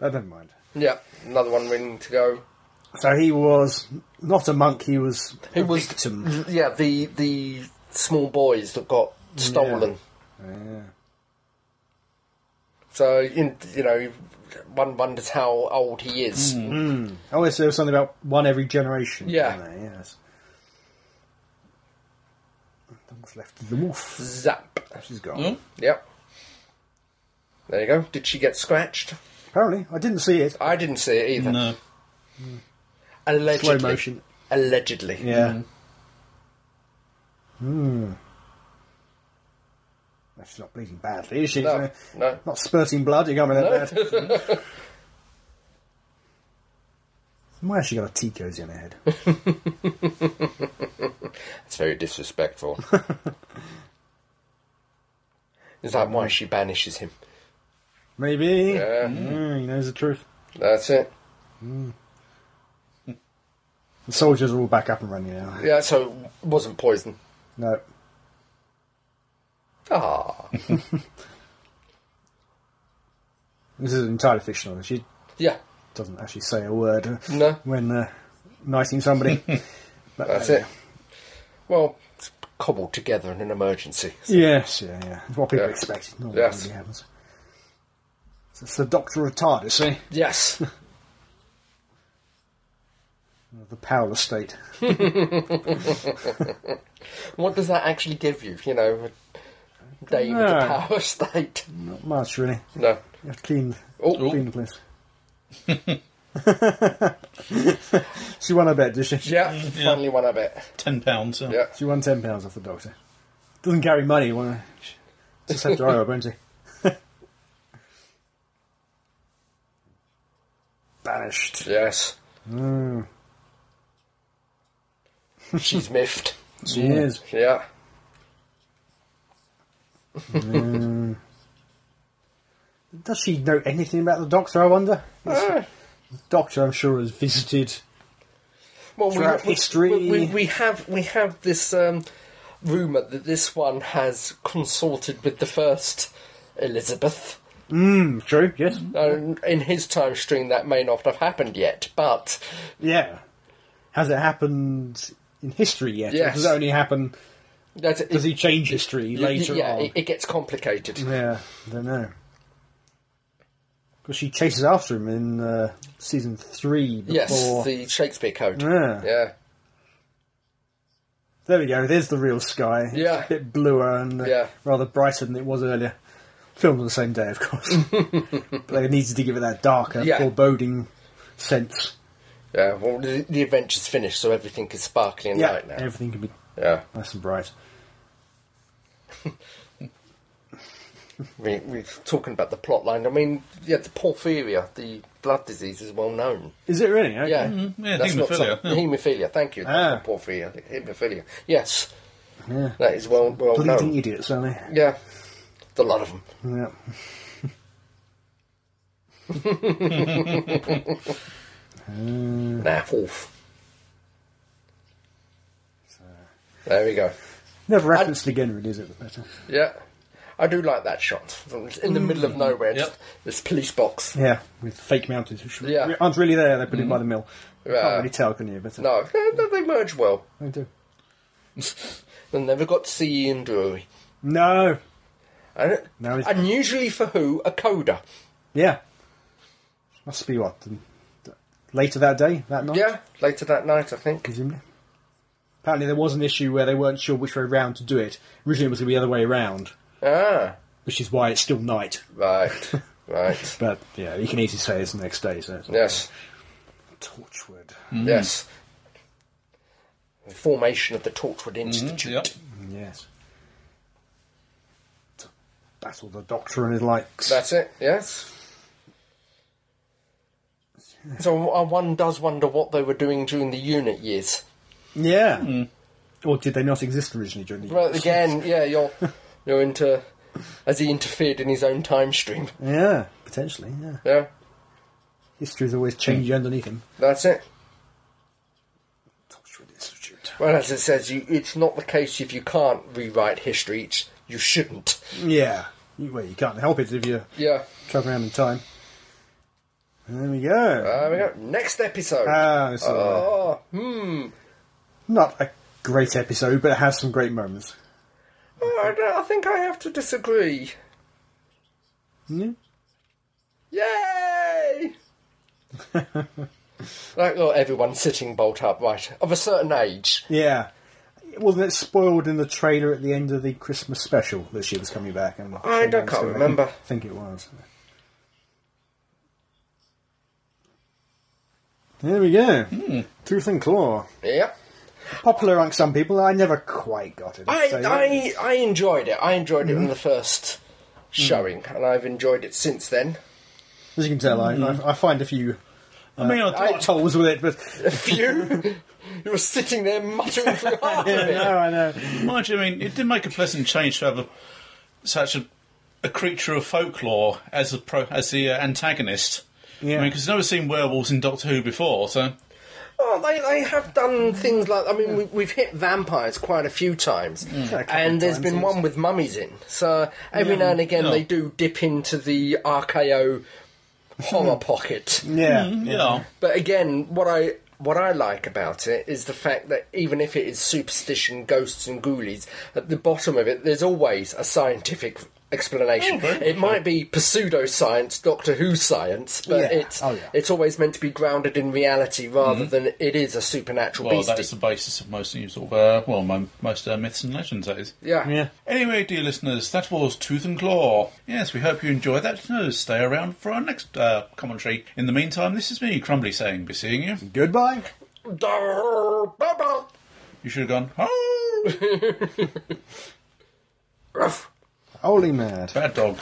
Speaker 2: Oh, never mind.
Speaker 3: Ah. yeah. Another one ring to go.
Speaker 2: So he was not a monk, he was
Speaker 3: He
Speaker 2: a
Speaker 3: was-
Speaker 2: victim.
Speaker 3: Yeah, the the small boys that got stolen.
Speaker 2: Yeah.
Speaker 3: So you, you know, one wonders how old he is.
Speaker 2: Oh, yes, there was something about one every generation.
Speaker 3: Yeah.
Speaker 2: wasn't there? Yes. Nothing's left of the wolf.
Speaker 3: Zap.
Speaker 2: She's gone.
Speaker 3: Hmm?
Speaker 1: Mm.
Speaker 3: Yep. There you go. Did she get scratched?
Speaker 2: Apparently, I didn't see it.
Speaker 3: I didn't see it either.
Speaker 1: No.
Speaker 3: Allegedly.
Speaker 2: Slow motion.
Speaker 3: Allegedly.
Speaker 2: Yeah. Hmm.
Speaker 3: Hmm.
Speaker 2: Well, She's not bleeding badly, is she?
Speaker 3: No,
Speaker 2: So-
Speaker 3: no.
Speaker 2: Not spurting blood, you can't be that bad. Why has she got a tea cozy on her head?
Speaker 3: It's very disrespectful. Is that why she banishes him?
Speaker 2: Maybe.
Speaker 3: Yeah.
Speaker 2: Mm, he knows the truth.
Speaker 3: That's it.
Speaker 2: The soldiers are all back up and running now.
Speaker 3: Yeah, so it wasn't poison.
Speaker 2: No.
Speaker 3: Ah.
Speaker 2: This is entirely fictional. She
Speaker 3: Yeah,
Speaker 2: doesn't actually say a word
Speaker 3: no,
Speaker 2: when uh, knighting somebody. But,
Speaker 3: that's
Speaker 2: uh,
Speaker 3: it. Well, it's cobbled together in an emergency.
Speaker 2: Yes, yeah, yeah. It's what people
Speaker 3: Yeah.
Speaker 2: expect. Not
Speaker 3: Yes.
Speaker 2: what really happens. So it's the Doctor of TARDIS, eh?
Speaker 3: Yes.
Speaker 2: The powerless state.
Speaker 3: what does that actually give you? You know, a day with a
Speaker 2: No.
Speaker 3: power state.
Speaker 2: Not much, really.
Speaker 3: No.
Speaker 2: You have to clean,
Speaker 3: Oh,
Speaker 2: clean the place. she won a bet, did she?
Speaker 3: yeah, Oh. Finally, one I bet.
Speaker 1: Ten pounds.
Speaker 3: Yeah.
Speaker 2: She won ten pounds off the doctor. Doesn't carry money. Well, she- just have to row, won't she? Banished.
Speaker 3: Yes. Mm. She's miffed.
Speaker 2: She is.
Speaker 3: Yeah.
Speaker 2: Does she know anything about the doctor? I wonder.
Speaker 3: Ah.
Speaker 2: The doctor, I'm sure, has visited.
Speaker 3: Well, we-
Speaker 2: Throughout
Speaker 3: we,
Speaker 2: history.
Speaker 3: we, we, we have we have this um, rumor that this one has consulted with the first Elizabeth.
Speaker 2: Mm, true. Yes.
Speaker 3: Uh, in his time string, that may not have happened yet, but
Speaker 2: Yeah. Has it happened in history yet? Or
Speaker 3: Yes.
Speaker 2: Does it only happen?
Speaker 3: that
Speaker 2: Does he change history later
Speaker 3: yeah,
Speaker 2: on?
Speaker 3: It, it gets complicated.
Speaker 2: Yeah, I don't know. Because she chases after him in uh, season three before.
Speaker 3: Yes, the Shakespeare Code.
Speaker 2: Yeah.
Speaker 3: Yeah,
Speaker 2: There we go. There's the real sky. It's
Speaker 3: Yeah.
Speaker 2: a bit bluer and uh,
Speaker 3: Yeah.
Speaker 2: rather brighter than it was earlier. Filmed on the same day, of course. but they needed to give it that darker,
Speaker 3: Yeah.
Speaker 2: foreboding sense.
Speaker 3: yeah. Well, the, the adventure's finished, so everything is sparkling
Speaker 2: Yeah,
Speaker 3: light now.
Speaker 2: everything can be
Speaker 3: Yeah,
Speaker 2: nice and bright.
Speaker 3: we, we're talking about the plot line. I mean, yeah, the porphyria, the blood disease, is well known.
Speaker 2: Is it really? Okay.
Speaker 3: Mm-hmm. Yeah,
Speaker 1: yeah,
Speaker 3: that's not
Speaker 1: haemophilia,
Speaker 3: some- haemophilia. Thank you,
Speaker 2: Ah.
Speaker 3: Not porphyria, haemophilia. Yes,
Speaker 2: Yeah.
Speaker 3: that is well well
Speaker 2: Bleeding
Speaker 3: known.
Speaker 2: idiots, aren't they?
Speaker 3: Yeah, There's a lot of them.
Speaker 2: Yeah.
Speaker 3: Nah, oof. There we go.
Speaker 2: Never referenced again, really, is it? uh, The better.
Speaker 3: Yeah, I do like that shot. It's in the middle of nowhere, just this police box.
Speaker 2: Yeah, with fake mountains, which
Speaker 3: Yeah.
Speaker 2: aren't really there. They put it by the mill.
Speaker 3: Yeah.
Speaker 2: Can't really tell, can you? But uh,
Speaker 3: No, they- they- they merge well.
Speaker 2: they do.
Speaker 3: I never got to see Ian Drury.
Speaker 2: No.
Speaker 3: And
Speaker 2: No, he's-
Speaker 3: unusually for who, a coda.
Speaker 2: Yeah. Must be what the- the- later that day, that night.
Speaker 3: Yeah, later that night, I think.
Speaker 2: Presumably. Apparently, there was an issue where they weren't sure which way round to do it. Originally, it was going to be the other way round,
Speaker 3: Ah,
Speaker 2: which is why it's still night.
Speaker 3: right, right.
Speaker 2: But yeah, you can easily say it's the next day. So it's not
Speaker 3: Yes,
Speaker 2: Torchwood.
Speaker 3: yes. The formation of the Torchwood Institute.
Speaker 1: Yep.
Speaker 2: Mm-hmm. Yes. To Battle the Doctor and his likes.
Speaker 3: That's it, yes. So uh, one does wonder what they were doing during the unit years.
Speaker 2: Yeah. Or did they not exist originally during the?
Speaker 3: Well, again, yeah, you're you're into as he interfered in his own time stream.
Speaker 2: Yeah, potentially. Yeah.
Speaker 3: Yeah,
Speaker 2: History's always changing underneath him.
Speaker 3: that's it.
Speaker 2: Torchwood Institute.
Speaker 3: Well, as it says, you, it's not the case if you can't rewrite history. It's, you shouldn't.
Speaker 2: Yeah. You- Well, you can't help it if you're
Speaker 3: Yeah.
Speaker 2: travelling around in time. There we go.
Speaker 3: There we go. Next episode.
Speaker 2: Ah, so, uh,
Speaker 3: oh, hmm.
Speaker 2: not a great episode, but it has some great moments.
Speaker 3: Oh, I, don't- I think I have to disagree.
Speaker 2: Yeah.
Speaker 3: Yay! like, well, everyone sitting bolt upright of a certain age.
Speaker 2: Yeah. Well, that's spoiled in the trailer at the end of the Christmas special that she was coming back. And
Speaker 3: I don't- can't remember.
Speaker 2: I think it was. There we go.
Speaker 3: Hmm.
Speaker 2: Tooth and Claw.
Speaker 3: Yeah.
Speaker 2: Popular among some people, I never quite got it.
Speaker 3: I,
Speaker 2: So- Mm-hmm.
Speaker 3: I, I enjoyed it. I enjoyed it in the first
Speaker 2: Mm.
Speaker 3: showing, and I've enjoyed it since then. Hmm.
Speaker 2: As you can tell, I, I, I find a few
Speaker 1: I mean, I,
Speaker 2: I
Speaker 1: I,
Speaker 2: had tolls with it, but
Speaker 3: you, you were sitting there muttering for half of it.
Speaker 2: no, I know.
Speaker 1: mind you, I mean, it did make a pleasant change to have a, such a, a creature of folklore as the pro, as the uh, antagonist.
Speaker 2: Yeah.
Speaker 1: I mean, because I've never seen werewolves in Doctor Who before, so
Speaker 3: Oh, they, they have done things like I mean we, we've hit vampires quite a few times,
Speaker 2: Mm. Yeah, a couple
Speaker 3: and there's
Speaker 2: times,
Speaker 3: been
Speaker 2: yes.
Speaker 3: one with mummies in. So every now and again
Speaker 1: yeah.
Speaker 3: they do dip into the RKO
Speaker 2: Hmm.
Speaker 3: horror pocket.
Speaker 2: Yeah,
Speaker 3: Hmm,
Speaker 1: yeah.
Speaker 3: But again, what I what I like about it is the fact that even if it is superstition, ghosts and ghoulies, at the bottom of it there's always a scientific
Speaker 1: Oh,
Speaker 3: explanation.
Speaker 1: very
Speaker 3: it might be pseudoscience, Doctor Who science, but
Speaker 2: Yeah.
Speaker 3: it's
Speaker 2: Oh, yeah. Mm-hmm.
Speaker 3: it's always meant to be grounded in reality rather than it is a supernatural
Speaker 1: Well,
Speaker 3: beastie.
Speaker 1: that is the basis of most of you sort of, uh, well, my, most uh, myths and legends, that is.
Speaker 3: Yeah.
Speaker 2: yeah.
Speaker 1: Anyway, dear listeners, that was Tooth and Claw. Yes, we hope you enjoyed that. No, stay around for our next uh, commentary. In the meantime, this is me, Crumbly, saying, be seeing you.
Speaker 2: Goodbye.
Speaker 3: Darrrr, bah, bah.
Speaker 1: You should have gone, oh,
Speaker 3: Ruff.
Speaker 2: Holy mad.
Speaker 1: bad dog.